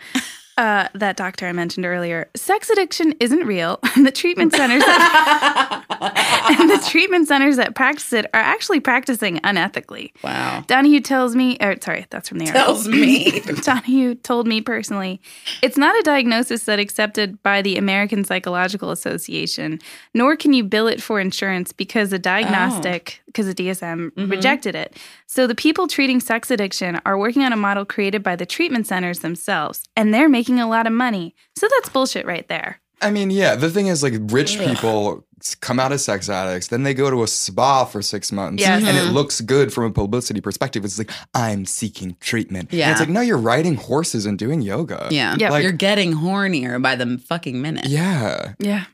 Speaker 1: Uh, that doctor I mentioned earlier. Sex addiction isn't real. The treatment centers that, and the treatment centers that practice it are actually practicing unethically.
Speaker 3: wow.
Speaker 1: Donahue tells me, or sorry, that's from the article.
Speaker 3: Tells me.
Speaker 1: Donahue told me personally, it's not a diagnosis that accepted by the American Psychological Association, nor can you bill it for insurance because a diagnostic,
Speaker 3: Oh.
Speaker 1: because the DSM
Speaker 3: Mhm.
Speaker 1: rejected it. So the people treating sex addiction are working on a model created by the treatment centers themselves, and they're making a lot of money. So that's bullshit right there.
Speaker 4: I mean, yeah. The thing is, like, rich
Speaker 3: Ugh.
Speaker 4: people s- come out as sex addicts, then they go to a spa for six months,
Speaker 1: Yes.
Speaker 4: and
Speaker 3: Mhm.
Speaker 4: it looks good from a publicity perspective. It's like, "I'm seeking treatment." And
Speaker 3: Yeah.
Speaker 4: it's like, no, you're riding horses and doing yoga.
Speaker 3: Yeah.
Speaker 1: Yeah.
Speaker 4: Like-
Speaker 3: You're getting hornier by the fucking minute.
Speaker 4: Yeah.
Speaker 1: Yeah.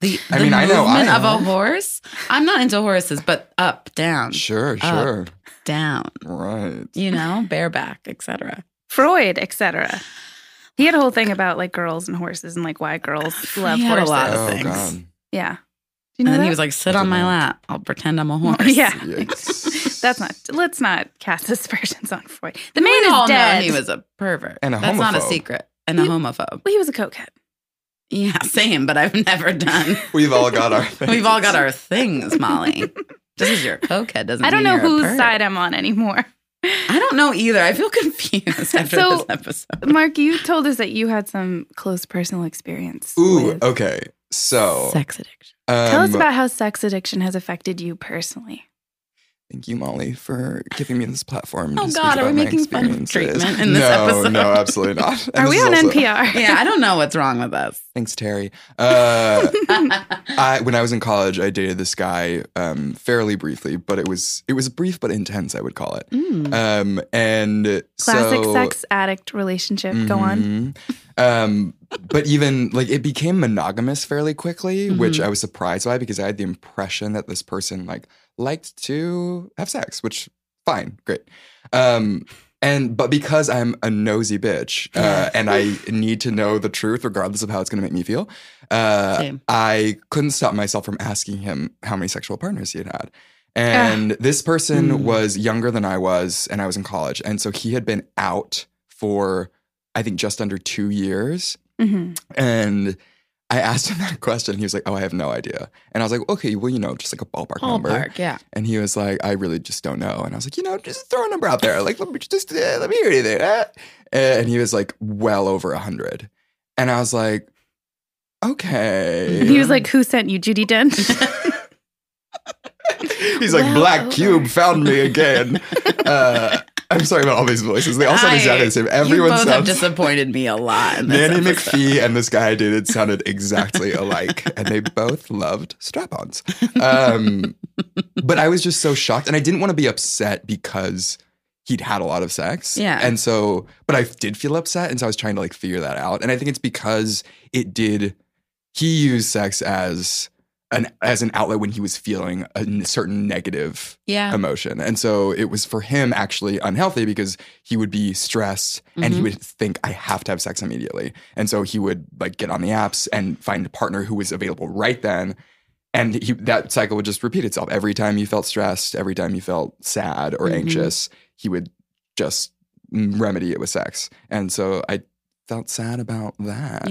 Speaker 3: The,
Speaker 4: I
Speaker 3: the
Speaker 4: mean, I know I
Speaker 3: movement of a
Speaker 4: am.
Speaker 3: horse. I'm not into horses, but up, down,
Speaker 4: Sure.
Speaker 3: Up.
Speaker 4: Sure.
Speaker 3: down,
Speaker 4: Right.
Speaker 3: you know, bareback, etc.
Speaker 1: Freud, etc. He had a whole thing about like girls and horses and like why girls love
Speaker 3: had a
Speaker 1: horses.
Speaker 3: lot of
Speaker 4: Oh
Speaker 3: things.
Speaker 4: God.
Speaker 1: Yeah. Do you
Speaker 3: And
Speaker 1: know
Speaker 3: then
Speaker 1: that?
Speaker 3: he was like, "Sit on my
Speaker 4: Didn't.
Speaker 3: lap. I'll pretend I'm a horse."
Speaker 1: Yeah.
Speaker 4: Yikes.
Speaker 1: That's not. Let's not cast aspersions on Freud. The
Speaker 3: We
Speaker 1: man
Speaker 3: all know
Speaker 1: is dead.
Speaker 3: he was a pervert
Speaker 4: And a
Speaker 3: That's not a
Speaker 4: homophobe.
Speaker 3: secret. And a
Speaker 1: He-
Speaker 3: homophobe.
Speaker 1: Well, he was a cokehead.
Speaker 3: Yeah, same. But I've never done.
Speaker 4: We've all got our. Things.
Speaker 3: We've all got our things, Molly. Just because you're a cokehead doesn't.
Speaker 1: I don't
Speaker 3: mean
Speaker 1: know
Speaker 3: you're a
Speaker 1: whose
Speaker 3: perv.
Speaker 1: side I'm on anymore.
Speaker 3: I don't know either. I feel confused after
Speaker 1: So-
Speaker 3: this episode.
Speaker 1: Mark, you told us that you had some close personal experience.
Speaker 4: Ooh. um,
Speaker 1: with-
Speaker 4: Okay. So.
Speaker 3: Sex addiction.
Speaker 1: Tell us
Speaker 4: um,
Speaker 1: about how sex addiction has affected you personally.
Speaker 4: Thank you, Molly, for giving me this platform.
Speaker 3: Oh,
Speaker 4: to speak
Speaker 3: God, are we
Speaker 4: about my
Speaker 3: making fun of
Speaker 4: experiences.
Speaker 3: treatment in this
Speaker 4: no,
Speaker 3: episode?
Speaker 4: No, absolutely not. And
Speaker 1: Are
Speaker 4: this
Speaker 1: we
Speaker 4: is
Speaker 1: on
Speaker 4: also-
Speaker 1: NPR?
Speaker 3: Yeah, I don't know what's wrong with us.
Speaker 4: Thanks, Terry. Uh, I, when I was in college, I dated this guy um, fairly briefly, but it was it was brief but intense, I would call it.
Speaker 3: Mm.
Speaker 4: Um, and
Speaker 1: Classic
Speaker 4: so,
Speaker 1: sex addict relationship. Go on.
Speaker 4: Mhm. Um, but even like it became monogamous fairly quickly,
Speaker 1: Mm-hmm.
Speaker 4: which I was surprised by because I had the impression that this person like liked to have sex, which fine, great. Um, and but because I'm a nosy bitch uh, and I need to know the truth regardless of how it's going to make me feel, uh,
Speaker 3: Same.
Speaker 4: I couldn't stop myself from asking him how many sexual partners he had had. And this person
Speaker 3: Mm.
Speaker 4: was younger than I was, and I was in college. And so he had been out for, I think, just under two years.
Speaker 1: hmm
Speaker 4: And I asked him that question. He was like, Oh, I have no idea. And I was like, Okay, well, you know, just like a ballpark number.
Speaker 3: Hallmark, yeah.
Speaker 4: And he was like, I really just don't know. And I was like, You know, just throw a number out there. Like, let me just, uh, let me hear anything. Uh, And he was like, Well over 100. And I was like, Okay.
Speaker 1: He was like, "Who sent you, Judy Dench?"
Speaker 4: He's like,
Speaker 1: Well
Speaker 4: Black
Speaker 1: over.
Speaker 4: Cube found me again. uh, I'm sorry about all these voices. They all sound
Speaker 3: I-
Speaker 4: exactly the same.
Speaker 3: you
Speaker 4: Everyone
Speaker 3: both have
Speaker 4: sounds.
Speaker 3: disappointed me a lot. In this
Speaker 4: Nanny
Speaker 3: episode.
Speaker 4: McPhee and this guy I dated sounded exactly alike, and they both loved strap ons. Um, but I was just so shocked, and I didn't want to be upset because he'd had a lot of sex.
Speaker 3: Yeah.
Speaker 4: And so, but I did feel upset, and so I was trying to like figure that out. And I think it's because it did, he used sex as. An, as an outlet when he was feeling a n- certain negative
Speaker 3: Yeah.
Speaker 4: emotion. And so it was for him actually unhealthy because he would be stressed and he
Speaker 3: Mhm.
Speaker 4: would think, I have to have sex immediately. And so he would like get on the apps and find a partner who was available right then. And he, that cycle would just repeat itself. Every time you felt stressed, every time you felt sad or
Speaker 3: Mhm.
Speaker 4: anxious, he would just remedy it with sex. And so I felt sad about that.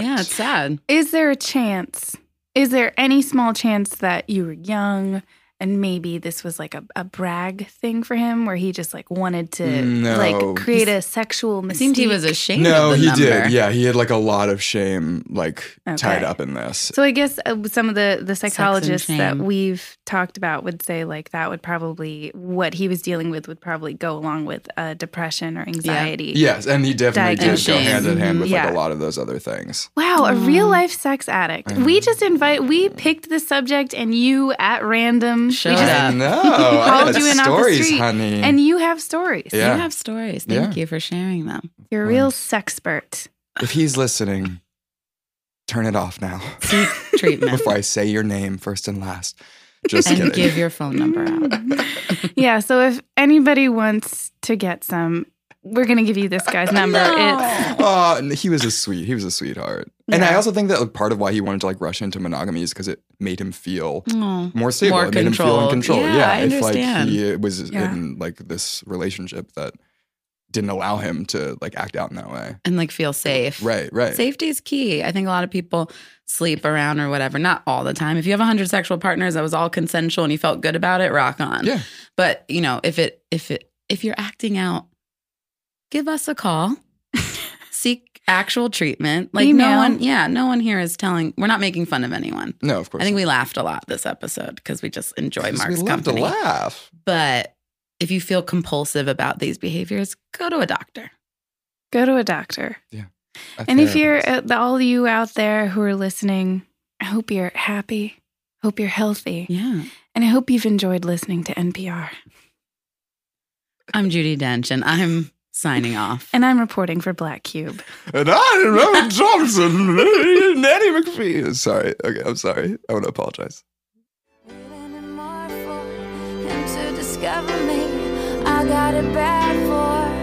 Speaker 3: Yeah, it's sad.
Speaker 1: Is there a chance Is there any small chance that you were young and maybe this was like a, a brag thing for him where he just like wanted to
Speaker 4: No.
Speaker 1: like create a sexual
Speaker 3: It seemed he was
Speaker 1: mystique?
Speaker 3: ashamed.
Speaker 4: No,
Speaker 3: of the
Speaker 4: he
Speaker 3: number.
Speaker 4: did. Yeah, he had like a lot of shame like tied
Speaker 1: Okay.
Speaker 4: up in this.
Speaker 1: So I guess uh, some of the the
Speaker 3: and
Speaker 1: psychologists that
Speaker 3: shame.
Speaker 1: we've talked about would say like that would probably what he was dealing with would probably go along with uh, depression or anxiety.
Speaker 4: Yes, and he definitely did
Speaker 3: Diagnosed.
Speaker 4: go
Speaker 3: And
Speaker 4: hand in
Speaker 3: shame.
Speaker 4: hand with
Speaker 1: Yeah.
Speaker 4: like a lot of those other things.
Speaker 1: Wow, a
Speaker 3: Mm.
Speaker 1: real life sex addict.
Speaker 4: I know.
Speaker 1: We just invite we picked the subject and you at random
Speaker 3: Showed
Speaker 1: we just-
Speaker 3: up.
Speaker 4: I know.
Speaker 1: Called
Speaker 4: I got
Speaker 1: you in off the
Speaker 4: stories,
Speaker 1: street,
Speaker 4: honey.
Speaker 1: and you have stories.
Speaker 4: Yeah.
Speaker 3: You have stories. Thank you for sharing them.
Speaker 1: You're a real sexpert.
Speaker 4: if he's listening, turn it off now
Speaker 3: Seek treatment
Speaker 4: before I say your name first and last. Just
Speaker 3: and
Speaker 4: kidding.
Speaker 3: give your phone number out.
Speaker 1: yeah, so if anybody wants to get some, we're going to give you this guy's number. It's
Speaker 4: Uh, n- he was a sweet. He was a sweetheart. And I
Speaker 1: Yeah.
Speaker 4: also think that like, part of why he wanted to like rush into monogamy is because it made him feel
Speaker 1: Mm.
Speaker 3: Oh,
Speaker 4: more stable.
Speaker 3: More
Speaker 4: it made him feel in
Speaker 3: controlled.
Speaker 4: control.
Speaker 3: Yeah, I
Speaker 4: it's
Speaker 3: understand.
Speaker 4: like he was
Speaker 1: Yeah.
Speaker 4: in like this relationship that didn't allow him to like act out in that way.
Speaker 3: and like feel safe.
Speaker 4: Right, right.
Speaker 3: Safety is key. I think a lot of people sleep around or whatever, not all the time. If you have 100 sexual partners that was all consensual and you felt good about it, rock on.
Speaker 4: Yeah.
Speaker 3: But, you know, if it if it if you're acting out, give us a call. Seek actual treatment. Like no
Speaker 1: Email.
Speaker 3: one, yeah, no one here is telling. We're not making fun of anyone.
Speaker 4: No, of course.
Speaker 3: I think
Speaker 4: not.
Speaker 3: we laughed a lot this episode because we just enjoy
Speaker 4: 'Cause
Speaker 3: Mark's
Speaker 4: we love
Speaker 3: company.
Speaker 4: to laugh.
Speaker 3: But if you feel compulsive about these behaviors, go to a doctor.
Speaker 1: go to a doctor.
Speaker 4: A
Speaker 1: And if you're
Speaker 4: therapist.
Speaker 1: uh, the- all you out there who are listening, I hope you're happy. Hope you're healthy.
Speaker 3: Yeah.
Speaker 1: And I hope you've enjoyed listening to NPR.
Speaker 3: I'm Judy Dench and I'm signing off.
Speaker 1: And I'm reporting for Black Cube.
Speaker 4: and I'm Robert Johnson, Nanny McPhee. Sorry. Okay, I'm sorry. I want to apologize.
Speaker 5: Waiting and more for him to discover me. I got it bad for